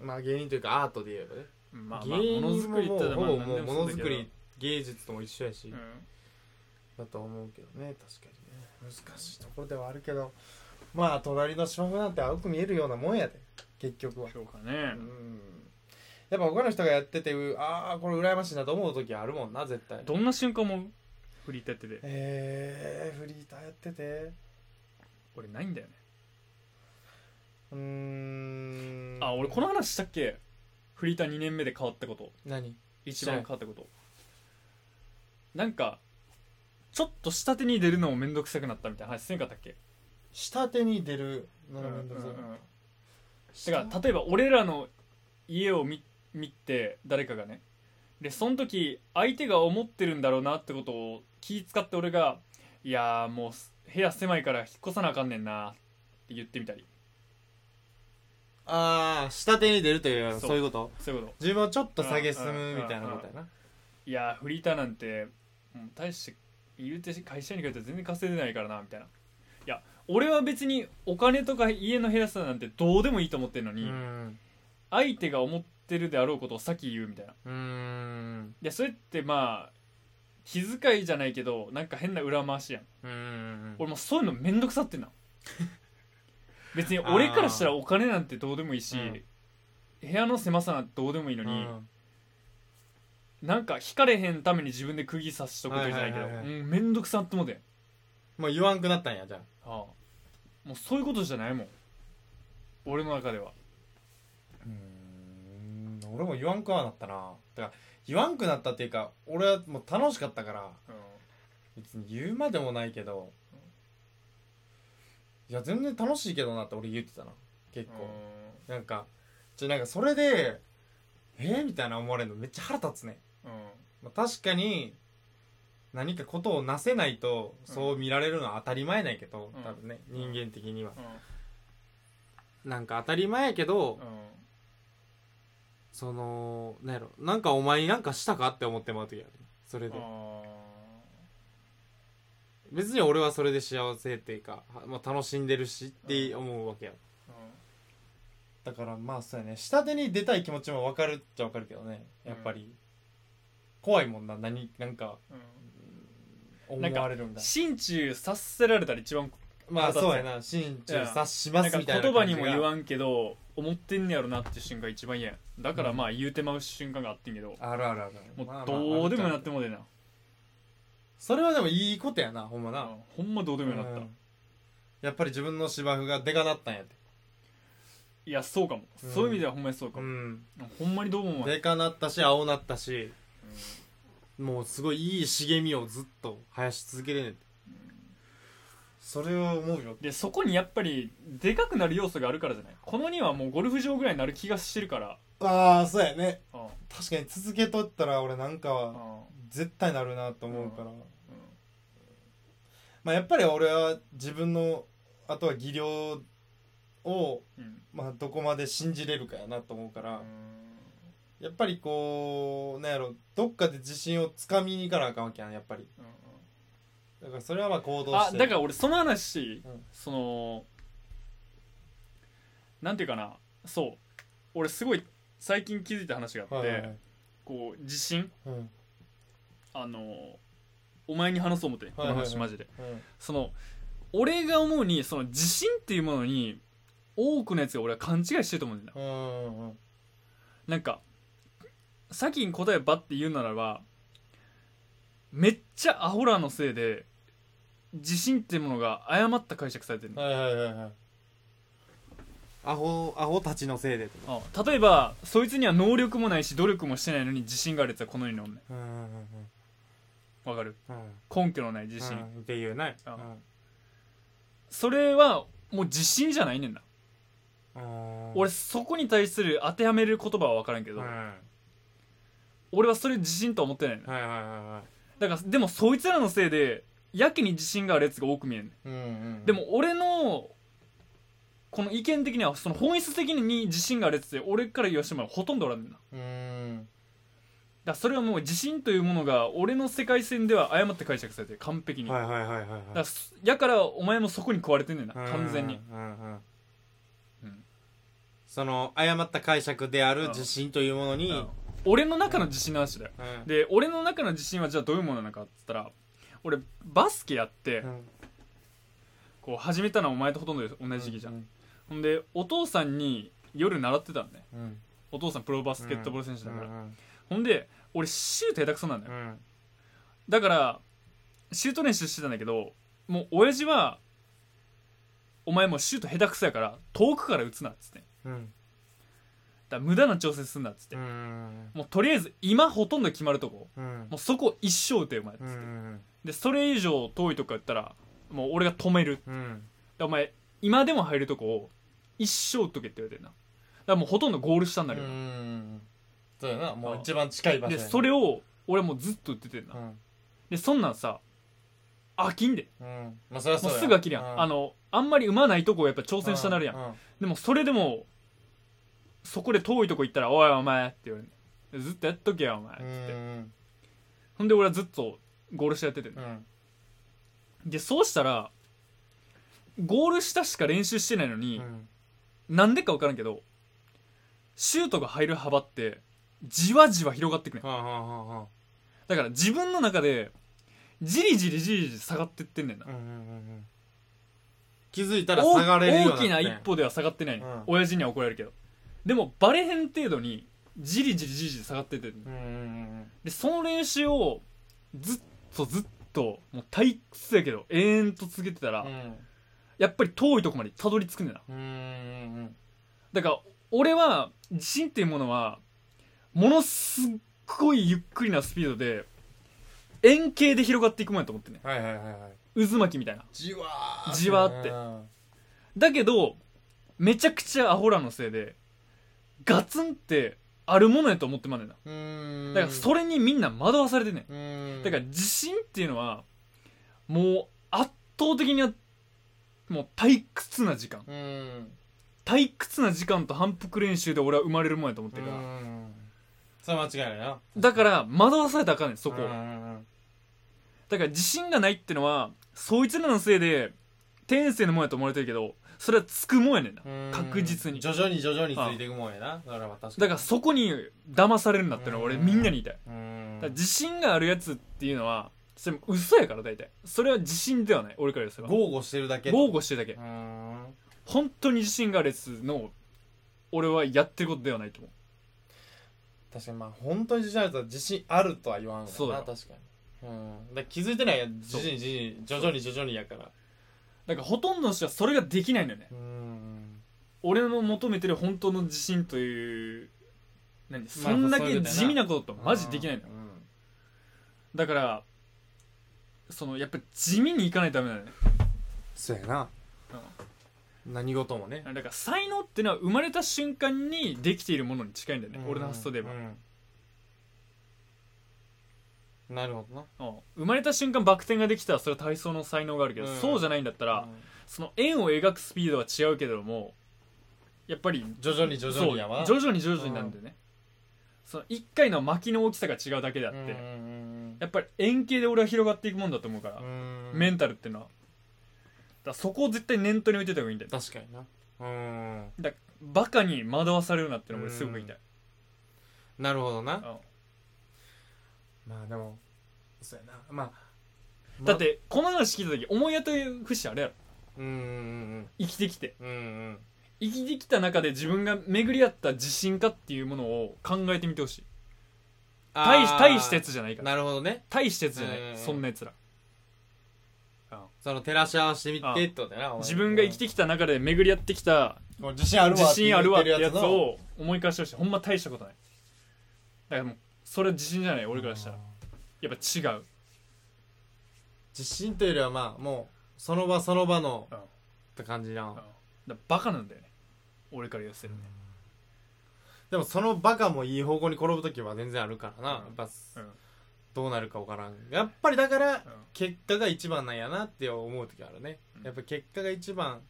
まあ芸人というかアートで言えばね
まあまあも
芸
の
人
づく
も
りっ
も
て
う
のは
ほぼも
まあ
う
何で
も
そ
の
だけ
づ
ど
くり芸術とも一緒やし、
うん
だと思うけどね確かにね難しいところではあるけどまあ隣の芝生なんて青く見えるようなもんやで結局は
そうか
う
ね、
んやっぱ他の人がやっててうああこれ羨ましいなと思う時あるもんな絶対
どんな瞬間も振り立ってて
えー、フリーターやってて
俺ないんだよね、
うーん
あ俺この話したっけフリーター2年目で変わったこと
何
一番変わったことなんかちょっと下手に出るのもめんどくさくなったみたいな話せんかったっけ
下手に出るのがめんどくさい、
うんうんうん
下
だから例えば俺らの家を見見て誰かがねでその時相手が思ってるんだろうなってことを気使って俺が「いやーもうす部屋狭いから引っ越さなあかんねんな」って言ってみたり
ああ下手に出るという
そう
そういうこと
そういうこと
自分をちょっと下げすむみたいなことやない
やーフリーターなんてもう大して言うて会社に帰ったら全然稼いでないからなみたいないや俺は別にお金とか家の部屋さなんてどうでもいいと思ってるの
う
に、
ん
相手が思ってるであろうことを先言うみたいな
うーん
でそれってまあ気遣いじゃないけどなんか変な裏回しやん
うーん
俺もうそういうのめんどくさってん な別に俺からしたらお金なんてどうでもいいし、
うん
部屋の狭さなんてどうでもいいの
う
に、
ん
なんか引かれへんために自分で釘刺しとくとじゃないけど、
はいはいはいはい
もうめんどくさって思ってん
もう言わんくなったんやじゃあ
ああもうそういうことじゃないもん俺の中では
うーん俺も言わんくはなったなだから言わんくなったっていうか俺はもう楽しかったから別に言うまでもないけどいや全然楽しいけどなって俺言ってたな結
結
構、なんかちょなんかそれでえー、みたいな思われるのめっちゃ腹立つね、まあ、確かに何かことをなせないとそう見られるのは当たり前ないけど、
うん
多分ね人間的には、なんか当たり前やけど、そのなんやろなんかお前になんかしたかって思ってもらう時あるそれで別に俺はそれで幸せっていうか、はまあ、楽しんでるしって思うわけやだからまあそうやね下手に出たい気持ちも分かるっちゃ分かるけどねやっぱり、怖いもんな何なんか思
なんか
われるんだ
心中察せられたら一番
まあ
腹立つ
そうやな心中察しま
なん
す
か
みたいな
言葉にも言
ん
わんけど思ってんねやろなって瞬間一番嫌やんだからまあ言うてまう瞬間があってんけど、
あるあるある
もうどうでもなって
も
もうでな、
それはでもいいことやなほんま
う
なん
ほんまどうでもよなった、
うんやっぱり自分の芝生がでかなったんやって
いやそうかも、
うん
そういう意味ではほんまにそうか
う
も、
ん
ほんまにどうも思わない
でかなったし青なったしもうすごいいい茂みをずっと生やし続けれんねんてそれを思うよ
でそこにやっぱりでかくなる要素があるからじゃないこの2はもうゴルフ場ぐらいになる気がしてるから
ああそうやね
うんうん
確かに続けとったら俺なんか絶対なるなと思うから、まあやっぱり俺は自分のあとは技量を、
うん
まあ、どこまで信じれるかやなと思うか
う
ら、
ん
やっぱりこうなんやろどっかで自信をつかみに行かなあかんわけやんやっぱり
うん
だからそれはまあ行動
あ
して
だから俺その話、
うん
そのなんていうかなそう俺すごい最近気づいた話があって、
はいはいはい
こう自信
うん
あのお前に話そう思って、
はいはいはい
この話マジで
うん
その俺が思うにその自信っていうものに多くのやつが俺は勘違いしてると思うんだよ
うんうんうん
なんか先に答えばって言うならばめっちゃアホらのせいで自信っていうものが誤った解釈されてる
はいはいはいはいアホアホたちのせいでとか
あ例えばそいつには能力もないし努力もしてないのに自信があるやつはこの世におんね
うんうんうん
んわかる
うんうん
根拠のない自信、
うんっていうね
あ
う
それはもう自信じゃないねんな、
んうん
俺そこに対する当てはめる言葉は分からんけ
う
ど、
んはい
俺はそれ自信とは思ってないねん
はいはいは
だからでもそいつらのせいでやけに自信があるやつが多く見えんねん
いうんうん
でも俺のこの意見的にはその本質的に自信があるやつって俺から言わしてもらうほとんどおらんねんなだか
うん
らそれはもう自信というものが俺の世界線では誤って解釈されてる完璧に、
はいはいはいはい
だか
は
らすやからお前もそこに食われてんねんない完全に
うんうんう
うんん
その誤った解釈である自信というものに
うん俺の中の自信の話だよ
うん
で俺の中の自信はじゃあどういうものなのかっつったら俺バスケやって
うん
こう始めたのはお前とほとんど同じ時期じゃん、
うん
ほんでお父さんに夜習ってたんね
うん
お父さんプロバスケットボール選手だから、
うん
ほんで俺シュート下手くそなんだよ
う、ん
だからシュート練習してたんだけどもう親父は「お前もうシュート下手くそやから遠くから打つな」っつってだか
うん
ら無駄な調整すんなっつって、
うん
もうとりあえず今ほとんど決まるとこ
うん
もうそこ一生打てよお前っつっ
う
て、
ん
でそれ以上遠いとこやったらもう俺が止める
うん
でお前今でも入るとこを一生打っとけって言われてんなだからもうほとんどゴール下になるよ、
うんそうやなもう
あ
一番近い場所
で
やな
それを俺はもうずっと打っててんな、
うん
でそんなんさ飽きんで
うんまあそりゃそ
も
う
う
や
すぐ飽きるやん、
う
あのあんまり生まないとこをやっぱ挑戦したなるやん、
う
でもそれでもそこで遠いとこ行ったら「おいお前」って言われるずっとやっとけよお前っつ
う
って
ん
ほんで俺はずっとゴール下やっててね、
うん
でそうしたらゴール下しか練習してないの
う
に、
ん
なんでか分からんけどシュートが入る幅ってじわじわ広がってくねん
はあはあはあは
だから自分の中でじりじりじりじり下がってってんねんな
あうんうんうんうん気づいたら下がれるように
大
って
きな一歩では下がってない、
うん
親父には怒られるけどでもバレへん程度にじりじりじりじり下がってってんねん
うんうんうん
でその練習をずっとずっともう退屈やけど永遠と続けてたら、
うん
やっぱり遠いとこまでたどり着くねんな
うんうんうん
だから俺は自信っていうものはものすっごいゆっくりなスピードで円形で広がっていくもんやと思ってんね
はいはいはいはい
ん渦巻きみたいな
じわー
じわーって
うん
だけどめちゃくちゃアホらのせいでガツンってあるものやと思ってまんねんな
うーん
だからそれにみんな惑わされてんねん
うーん
だから自信っていうのはもう圧倒的にもう退屈な時間
うーん
退屈な時間と反復練習で俺は生まれるもんやと思っ
う
てるから
ーんそれは間違いないな
だから惑わされたらあかんねんそこ
うんう
だ
ん
から自信がないってのはそいつらのせいで天性のもんやと思われてるけどそれはつくもんやねんな
うん
確実にだ
徐々に徐々についていくもんやなそれは確かに
からそこに騙されるんだってのは俺みんなに言いたいう
ー
だ
ん
から自信があるやつっていうのはそれも嘘やから大体それは自信ではない俺からですれば
豪語してるだけ
豪語してるだけ
うーん
本当に自信があるやつの俺はやってることではないと思う
確かにまあ本当に自信あるとは自信あるとは言わん
そうだ
な
よ
確かにうんだから気づいてないやじじいじじい徐々に徐々にやから
だからほとんどの人はそれができないのよね
うん
俺の求めてる本当の自信という何
ま
そ
あ
んだ
そうい
け
うことやな
地味なことってマジできないのよ
うん
だからそのやっぱ地味にいかないとダメだよね
そうやな何事もね
だから才能ってのは生まれた瞬間にできているものに近いんだよね、俺の発想で言えば、
うんなるほどな
うん生まれた瞬間バク転ができたらそれは体操の才能があるけど、
うん
そうじゃないんだったら、その円を描くスピードは違うけれどもやっぱり
徐々に徐々にやわな
そう徐々に徐々になんだよね、その1回の巻きの大きさが違うだけであって、
うんうん
やっぱり円形で俺は広がっていくもんだと思うから
う、んうん
メンタルってのはだからそこを絶対念頭に置いてた方がいいんだよ
確かになうん
だからバカに惑わされるなってのは俺すごく言いたい、
なるほど
う
なんまあでもそうやなまあ
だってこの話聞いた時思い当たる節あれやろ
うんうん
生きてきて
うんうん
生きてきた中で自分が巡り合った自信かっていうものを考えてみてほしい大し大したやつじゃないから
なるほどね
大したやつじゃな
うんうんう
い
ん
そんなやつら
その照らし合わせてみ
ああ
てってことやなお前
自分が生きてきた中で巡り合ってきた
うん自信あるわ
自信あるわってやつ
の
を思い返してほしいほんま大したことないだからもうそれは自信じゃない俺からしたらやっぱ違う
自信というよりはまあもうその場その場の
うん
って感じな
だバカなんだよね俺から言わせるね
でもそのバカもいい方向に転ぶ時は全然あるからな
う
や
ん
っぱ
うん
どうなるか分からんやっぱりだから
うん
結果が一番なんやなって思う時あるね
うん
やっぱ結果が一番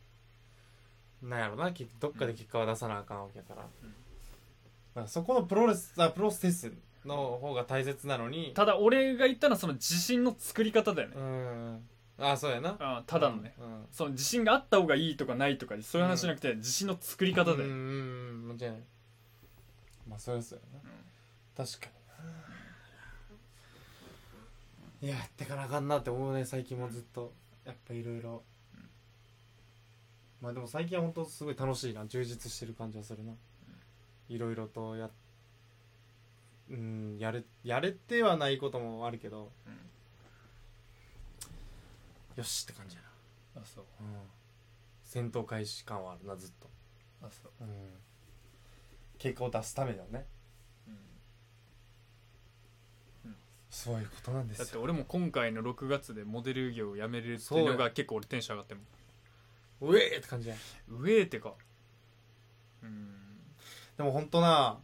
なんやろな結どっかで結果は出さなあかんわけやから
うん
まあそこのプロレスあプロセスの方が大切なのに
ただ俺が言ったのはその自信の作り方だよね
うんあそうやな
うんただのね
うん
その自信があった方がいいとかないとかそういう話じゃなくて自信の作り方
うん
で
うんうん間違いないまあそりゃそうやな、確かにないややってかなあかんなって思うね最近もずっとやっぱいろいろまあでも最近は本当すごい楽しいな充実してる感じはするないろいろとやうんやれやれてはないこともあるけど、よしって感じやな、
あそう
うん、戦闘開始感はあるなずっと
あそう
うん、結果を出すためのねそういうことなんで
だって俺も今回の6月でモデル業を辞めれるっていうのが結構俺テンション上がっても
うえーって感じや
うえーってかうん
でもほんとな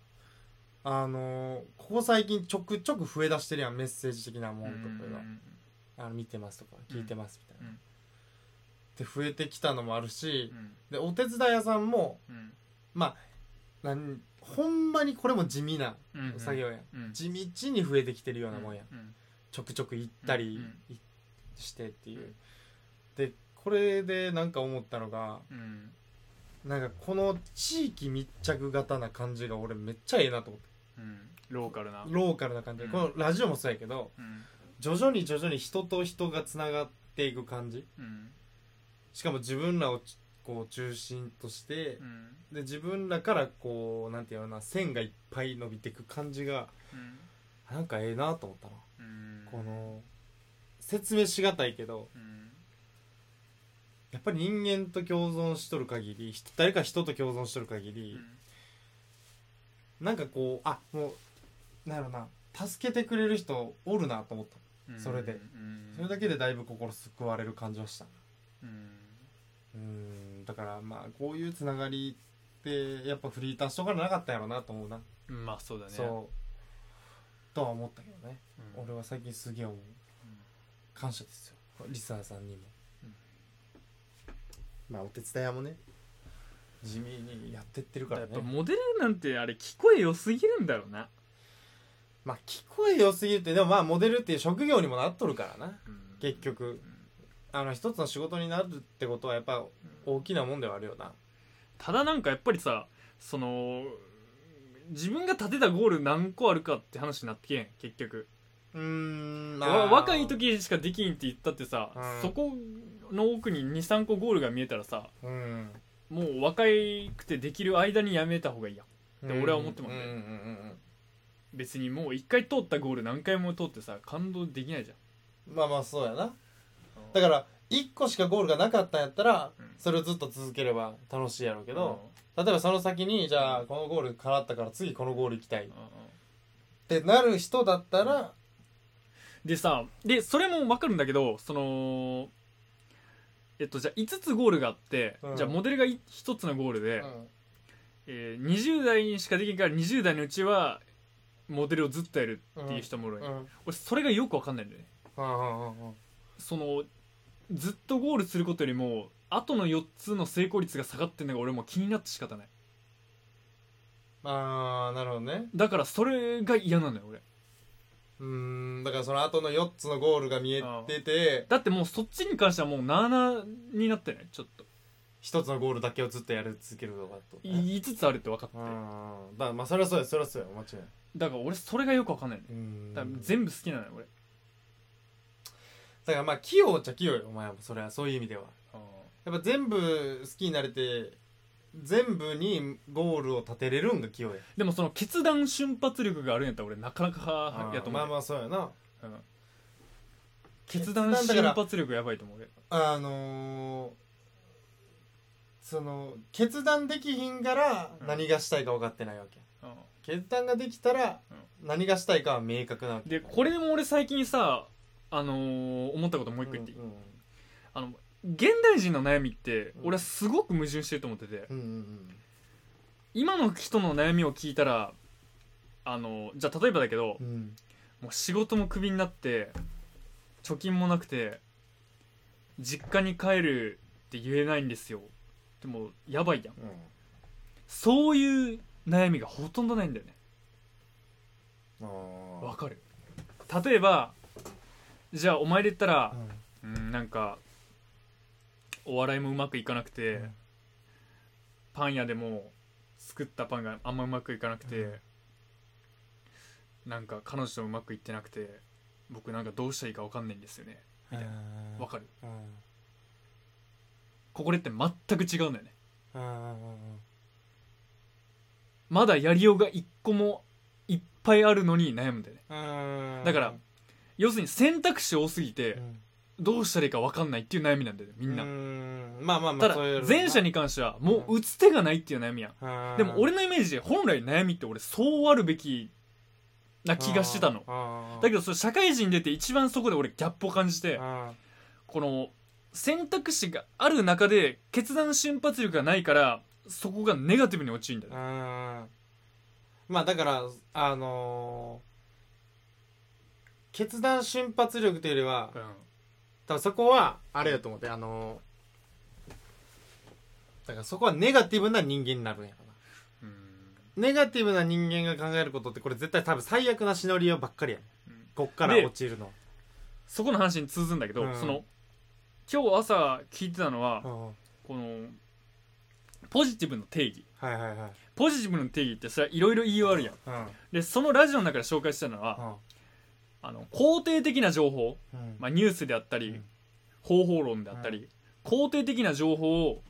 あのーここ最近ちょくちょく増えだしてるやんメッセージ的なもんとかがあの見てますとか聞いてますみたいな、
うん
で増えてきたのもあるし
うん
でお手伝い屋さんも
うん
なんほんまにこれも地味な
うんうん
作業やん、
うん
地道に増えてきてるようなもんやん、
うん
ちょくちょく行ったり、
うん
いしてっていう
うん
でこれでなんか思ったのが
うん
なんかこの地域密着型な感じが俺めっちゃええなと思って
うんローカルな
ローカルな感じで、
うん
このラジオもそうやけど
うん
徐々に徐々に人と人がつながっていく感じ
うん
しかも自分らをちこう中心として
うん
で自分らからこうなんていうのかな線がいっぱい伸びていく感じが
うん
なんかええなと思ったな、
うん
この説明しがたいけど
うん
やっぱり人間と共存しとる限りひ誰か人と共存しとる限り、なんかこうあもうなんやろな助けてくれる人おるなと思った、
うん
それで
うん
それだけでだいぶ心救われる感じはした
うん
うんだからまあこういうつながりってやっぱフリーターしとかなかったんやろなと思うな、
まあそうだね
そうとは思ったけどね、
うん
俺は最近すげえ思う、感謝ですよリスナーさんにも、
うん
まあお手伝い屋もね地味にやってってるから
や
ね
っぱモデルなんてあれ聞こえ良すぎるんだろうな、
まあ聞こえ良すぎるってでもまあモデルっていう職業にもなっとるからな
うん
結局あの一つの仕事になるってことはやっぱ大きなもんではあるよな
ただなんかやっぱりさその自分が立てたゴール何個あるかって話になってけん結局
うーん
わ若い、時しかできんって言ったってさ、
うん
そこの奥に23個ゴールが見えたらさ
うん、
もう若くてできる間にやめた方がいいやんて俺は思ってますね
うんうんうん
別にもう一回通ったゴール何回も通ってさ感動できないじゃん
うんまあまあそうやな
うん
だから1個しかゴールがなかったんやったら、
うん
それをずっと続ければ楽しいやろうけど、例えばその先にじゃあこのゴール叶ったから次このゴール行きたいっ
うんうん
てなる人だったら、
でさでそれも分かるんだけどそのえっとじゃあ5つゴールがあって、
うん
じゃあモデルが1つのゴールで、
うん
えー20代にしかできんから20代のうちはモデルをずっとやるっていう人もおるん
うん
や、
うん
俺それがよく分かんないんだよね
うんうんうん
そのずっとゴールすることよりも後の4つの成功率が下がってんのが俺もう気になって仕方ない
ああなるほどね
だからそれが嫌なのよ俺
うーんだからその後の4つのゴールが見えてて
だってもうそっちに関してはもうなあなあになってないちょっと
1つのゴールだけをずっとやり続けるとかってことね
5つあるって分かって
うんだからまあそれはそうやそれはそうや間違いない
だから俺それがよく分かんないんだよ
うん
だ
だ
か
から
全部好きなのよ俺
らまあ器用っちゃ器用よお前もそれはそういう意味ではやっぱ全部好きになれて全部にゴールを立てれるんが器用や
でもその決断瞬発力があるんやったら俺なかなかやと思
まあ
う、
まあそうやな
うん決断
決断
瞬
だか
発力やばいと思う俺
あのーその決断できひんから
うん
何がしたいか分かってないわけ、
うん
決断ができたら何がしたいかは明確なわけ
でこれでも俺最近さあのー思ったこともう一個言っていい、
うん
あの現代人の悩みって
うん
俺はすごく矛盾してると思ってて、
うんうん
今の人の悩みを聞いたらあのじゃあ例えばだけど、
うんうん
もう仕事もクビになって貯金もなくて実家に帰るって言えないんですよでもやばいやん
うん
そういう悩みがほとんどないんだよね
あ
わ
ー
かる例えばじゃあお前で言ったら
う、ん
うん、なんかお笑いもうまくいかなくて、
うん
パン屋でも作ったパンがあんまうまくいかなくて、なんか彼女とうまくいってなくて僕なんかどうしたらいいか分かんないんですよねみたいなわかる
うん
ここでって全く違うんだよね
うん
まだやりようが一個もいっぱいあるのに悩むんだよね
うん
だから要するに選択肢多すぎて
うん
どうしたらいいか分かんないっていう悩みなんだよねみんな、
うんまあまあま
た
あ
だ
そういうのな
前者に関してはもう打つ手がないっていう悩みやん
うん
でも俺のイメージで本来悩みって俺そうあるべきな気がしてたの
の
だけどそれ社会人出て一番そこで俺ギャップを感じて
うん
この選択肢がある中で決断瞬発力がないからそこがネガティブに陥るんだよね
うんまあだからあのー決断瞬発力というよりは
うん
多分そこはあれやと思ってあのーだからそこはネガティブな人間になるんやから
うん
ネガティブな人間が考えることってこれ絶対多分最悪なシナリオばっかりやん
うん
こっから
で
落ちるの
そこの話に通ずんだけど、
うん
その今日朝聞いてたのは、
うんは
このポジティブの定義
いはいはい
ポジティブの定義ってそれはいろいろ言いようあるやん
うん
でそのラジオの中で紹介したのは、あの肯定的な情報、
うん
まあ、ニュースであったり、
うん
方法論であったり、肯定的な情報を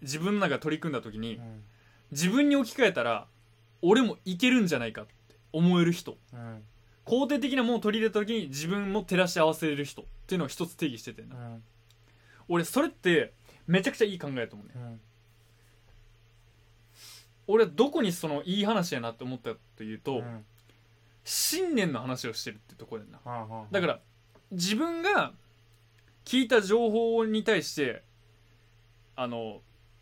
自分の中で取り組んだ時に、
うん
自分に置き換えたら俺もいけるんじゃないかって思える人
うん
肯定的なものを取り入れた時に自分も照らし合わせれる人っていうのを一つ定義しててん
う
な、
ん
俺それってめちゃくちゃいい考えだと思うね
うん
俺はどこにそのいい話やなって思ったかというと、
うん
信念の話をしてるってところやんな
はんはん
だから自分が聞いた情報に対してあの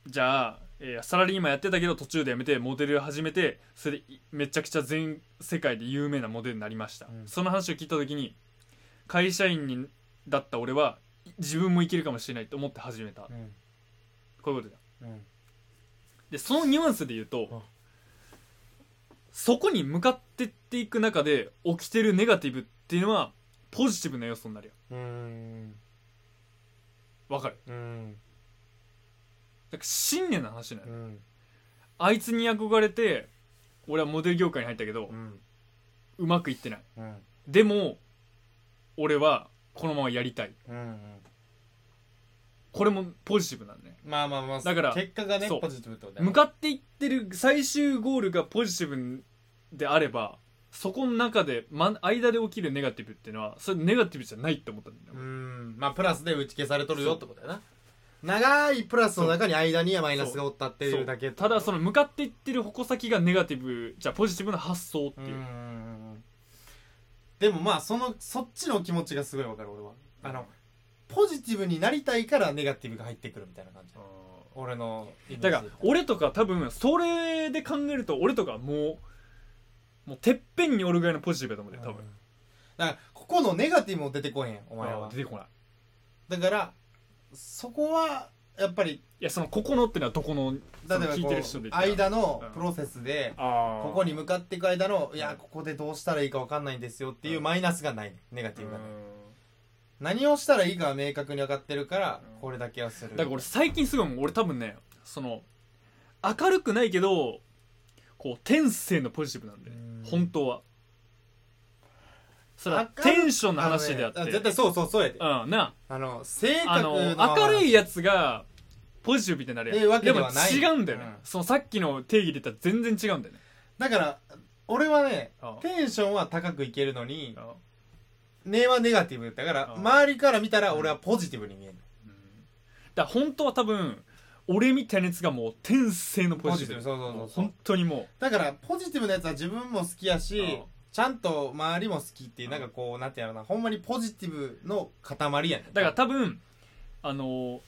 じゃあ、えーサラリーマンやってたけど途中で辞めてモデル始めてそれでいめちゃくちゃ全世界で有名なモデルになりました、
うん
その話を聞いた時に会社員にだった俺はい自分もいけるかもしれないと思って始めたこ
うん
ういうことだ
うん
でそのニュアンスで言う
うん
とそこに向かってっていく中で起きてるネガティブっていうのはポジティブな要素になるよ
うん
わかる
うん
だから信念の話なのよ
うん
あいつに憧れて俺はモデル業界に入ったけど、
うん
うまくいってない
うん
でも俺はこのままやりたい
うんうん
これもポジティブなんね
まあまあまあ
だから
結果がね
そう
ポジティブってことだよ
向かっていってる最終ゴールがポジティブであればそこの中で、ま、間で起きるネガティブっていうのはそれネガティブじゃないって思ったんだよ
う
ね、
んまあプラスで打ち消されとるよってことだよな長いプラスの中に間にはマイナスがおったっていうだけ
ただそ
の
の向かっていってる矛先がネガティブじゃあポジティブな発想って
う
い
んう
う、
んうんでもまあそのそっちの気持ちがすごいわかる俺はあのポジティブになりたいからネガティブが入ってくるみたいな感じ俺のイメージ
だから俺とか多分それで考えると俺とかもうもうてっぺんにおるぐらいのポジティブだと思うんだよ多
う
分
んだからここのネガティブも出てこへんお前
あ
は
ー出てこない
だからそこはやっぱり
いやそのここのってのはどこの
例えば
その聞いてる人
こ
で
う
言ったら
間のプロセスで
あー
ここに向かっていく間の
うん
いやここでどうしたらいいか分かんないんですよっていううんマイナスがないネガティブがない
だ
何をしたらいいかは明確に分かってるから
うん
これだけはする
から俺最近すごいもう俺多分ねその明るくないけどこう天性のポジティブなんで
うん
本当はそれは
明る
テンションの話であって
のね絶対そうそうそうやで
うんな
あの性格
あの
の
明るいやつがポジティブみたいになるやん
っていうわけではない
も違うんだよね、
うん
そのさっきの定義で言ったら全然違うんだよね
だから俺はね
うん
テンションは高くいけるのに
あ
根はネガティブだから
うん
周りから見たら
うん
俺はポジティブに見える
うんだから本当は多分俺みたいなやつがもう天性のポジティブ
ポジティブそうそうそう
も本当にも
だからポジティブなやつは自分も好きやし
うん
ちゃんと周りも好きっていううんなんかこうなんてやろうなほんまにポジティブの塊やね
うだから多分あのー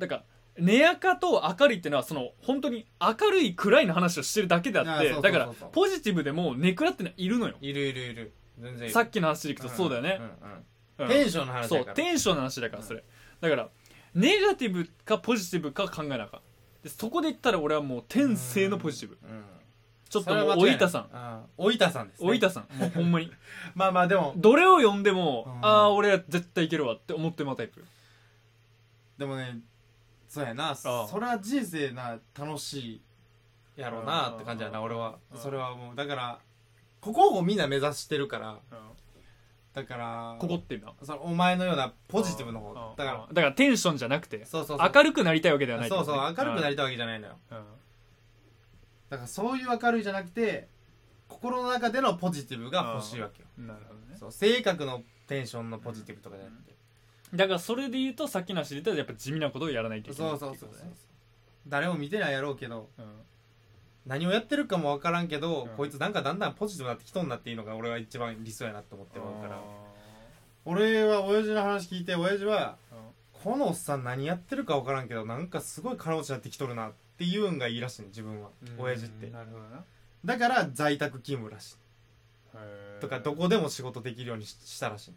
だから根やかと明るいっていうのはその本当に明るい暗いの話をしてるだけであって
ああそうそうそうそう
だからポジティブでもネクラってのはいるのよ
いるいるいる全然いる
さっきの話でいくとそうだよね、
ん
う
うん
ん
テンションの話
そ
だ
う
から
テンションの話だからそれ、だからネガティブかポジティブか考えなあかんでそこで言ったら俺はもう天性のポジティブ
うん
ちょっ
そ
と
れ
も
は
うお
間違いない
いたさん
うんおいたさんですね
おいたさんもうほんまに
まあまあでも
どれを読んでも、
うん
ああ俺は絶対いけるわって思ってまうタイプ
でもねそうやな
ああ
それは人生な楽しいやろうなって感じや
あ
な
あ
俺は
ああ
それはもうだからここをみんな目指してるからだから
ここっていうのは
そのお前のようなポジティブの
うん
方だか
うんだからテンションじゃなくて
らそうそうそう
明るくなりたいわけではない
そうそう明るくな
り
りたいわけじゃないのよ
うん
だからそういう明るいじゃなくて心の中でのポジティブが欲しいわけよ
うんなるほどね
そう性格のテンションのポジティブとかじゃなくて
だからそれで言うとさっきの話で言ったらやっぱ地味なことをやらないといけない
そう
ってい
そう
こ
そ
と
うそ
だ
う
ね
誰も見てないやろうけど
うん
何をやってるかも分からんけど、
うん
こいつなんかだんだんポジティブになってきとんなっていうのが俺は一番理想やなって思って思うから
あ
俺は親父の話聞いて親父は
ーうん
このおっさん何やってるか分からんけどなんかすごい金持ちになってきとるなっていうんがいいらしいね自分は親父って
なるほどな
だから在宅勤務らしい
へー
とかどこでも仕事できるようにししたらしいっ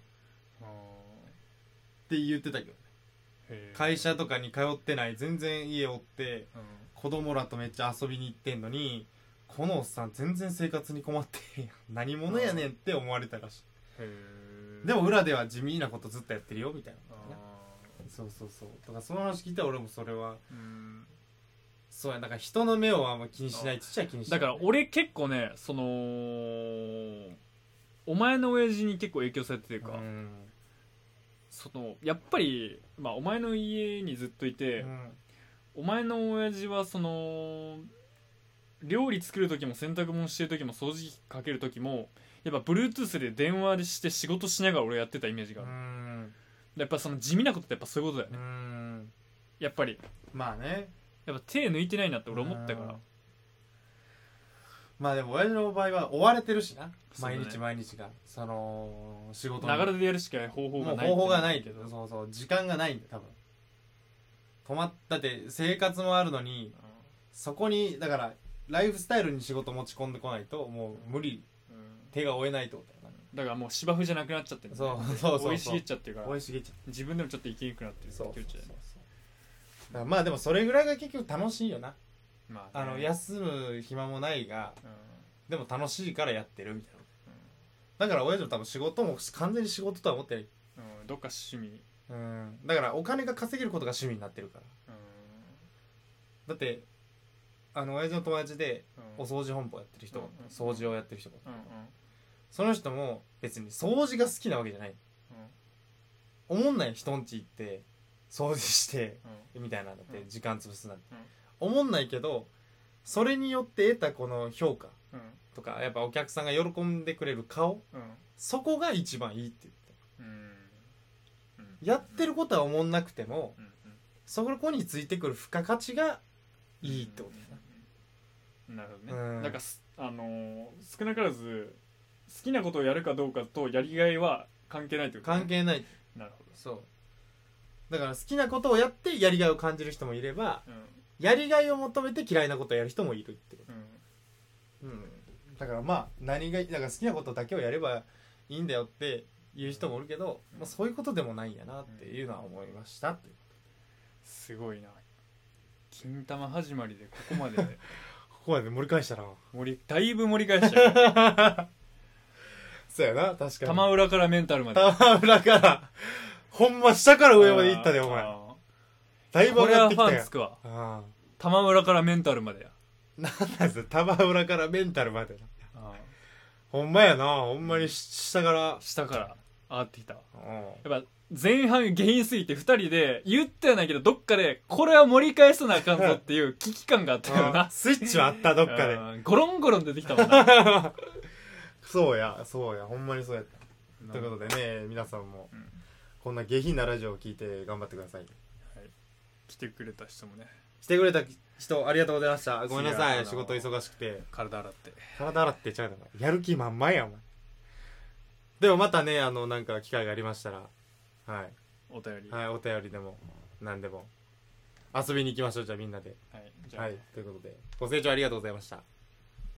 あー
て言ってたけど
へー
会社とかに通ってない全然家おって
うん
子供らとめっちゃ遊びに行ってんのにこのおっさん全然生活に困ってへんやん何者やねんって思われたらしい
へー
でも裏では地味なことずっとやってるよみたい
あ
なそうそうそうだからその話聞いたら俺もそれは
ーうん
そうやだから人の目をあんま気にしないちっちゃい気にし
だ
ない
から俺結構ねそのお前の親父に結構影響されててか、
うん
そのやっぱり、まあ、お前の家にずっといて、
うん
お前の親父はその料理作る時も洗濯物してる時も掃除機かける時もやっぱ Bluetooth で電話でして仕事しながら俺やってたイメージ
う
がある、
ん
やっぱその地味なことってやっぱそういうことだよ
う
ね
ん
やっぱり
まあね
やっぱ手抜いてないなって俺思ったから
うんまあでも親父の場合は追われてるしな
そうね
毎日毎日がその仕事
流れでやるしか方法
も
が
う
ない
方法がないけ
う
ど
ん
そうそう時間がないんだよ多分止まっだって生活もあるのにそこにだからライフスタイルに仕事持ち込んでこないともう無理手が負えないってことだよ
だからもう芝生じゃなくなっちゃってる
な そうそうそう
生い
そう
茂っちゃってるから
生い茂っちゃ
自分でもちょっと生きにくくなって
う
る
そうそう
気持ち
そう
で
だからまあでもそれぐらいが結局楽しいよな
まあ
あ
ね
の休む暇もないが
うん
でも楽しいからやってるみたいなだから親父も多分仕事も完全に仕事とは思ってない
うんどっか趣味
うんだからお金が稼げることが趣味になってるから
うん
だってあの親父の友達で
うん
お掃除本舗やってる人、
うんうん
掃除をやってる人が
うんうん
その人も別に掃除が好きなわけじゃない思んない人んち行って掃除してみたいなんだって、
うん
時間潰すなんて、
うん
思んないけどそれによって得たこの評価
うんうん
とかやっぱお客さんが喜んでくれる顔
うん
そこが一番いいって言って
うんうん
やってることは思んなくても
うんうん
そこについてくる付加価値がいいってことだ
うんなるほどね、
うん
なんかすあのー少なからず好きなことをやるかどうかとやりがいは関係ないという
関係ない
なるほ
そうだから好きなことをやってやりがいを感じる人もいれば
ど
やりがいを求めて嫌いなことをやる人もいるってこ
うんうん
と、だからまあ何がだから好きなことだけをやればいいんだよっていう人もおるけど、
うん
まあ、そういうことでもないんやなっていうのは思いましたっていう
すごいな金玉始まりでここまで
ここまで盛り返したな
盛りだいぶ盛り返した よ
そうやな確かに
玉裏からメンタルまで
玉浦からほんま下から上まで行ったで
あー
お前
あ
だい
ー
ぶ
こ
上
れ
が
は
って
フ
きた
ァン
やん
つくわ
あ
玉裏からメンタルまでや
あなんなんすか玉浦からメンタルまでな
あ
ほんまやなほんまにし下から
ー下から上がってきたわ
うん
やっぱ前半原因すぎて2人で言ってはないけどどっかでこれは盛り返さなあかんぞっていう危機感があったよ
あ
な
ースイッチはあったどっかで
うんゴロンゴロン出てきたもん な
そうやそうやほんまにそうやったという
う
ことでね皆さんも
ん
こんな下品なラジオを聞いて頑張ってください
来てくれた人もね
してくれた人ありがとうございましたごめんなさ
いやあ
い
の
仕事忙しくて
体洗って
体洗ってちゃうのやる気満々やお前でもまたねあのなんか機会がありましたらは
お便り
い、はい、お便りでも何でも遊びに行きましょうじゃあみんなで
はいじゃあ
はいということでご清聴ありがとうございました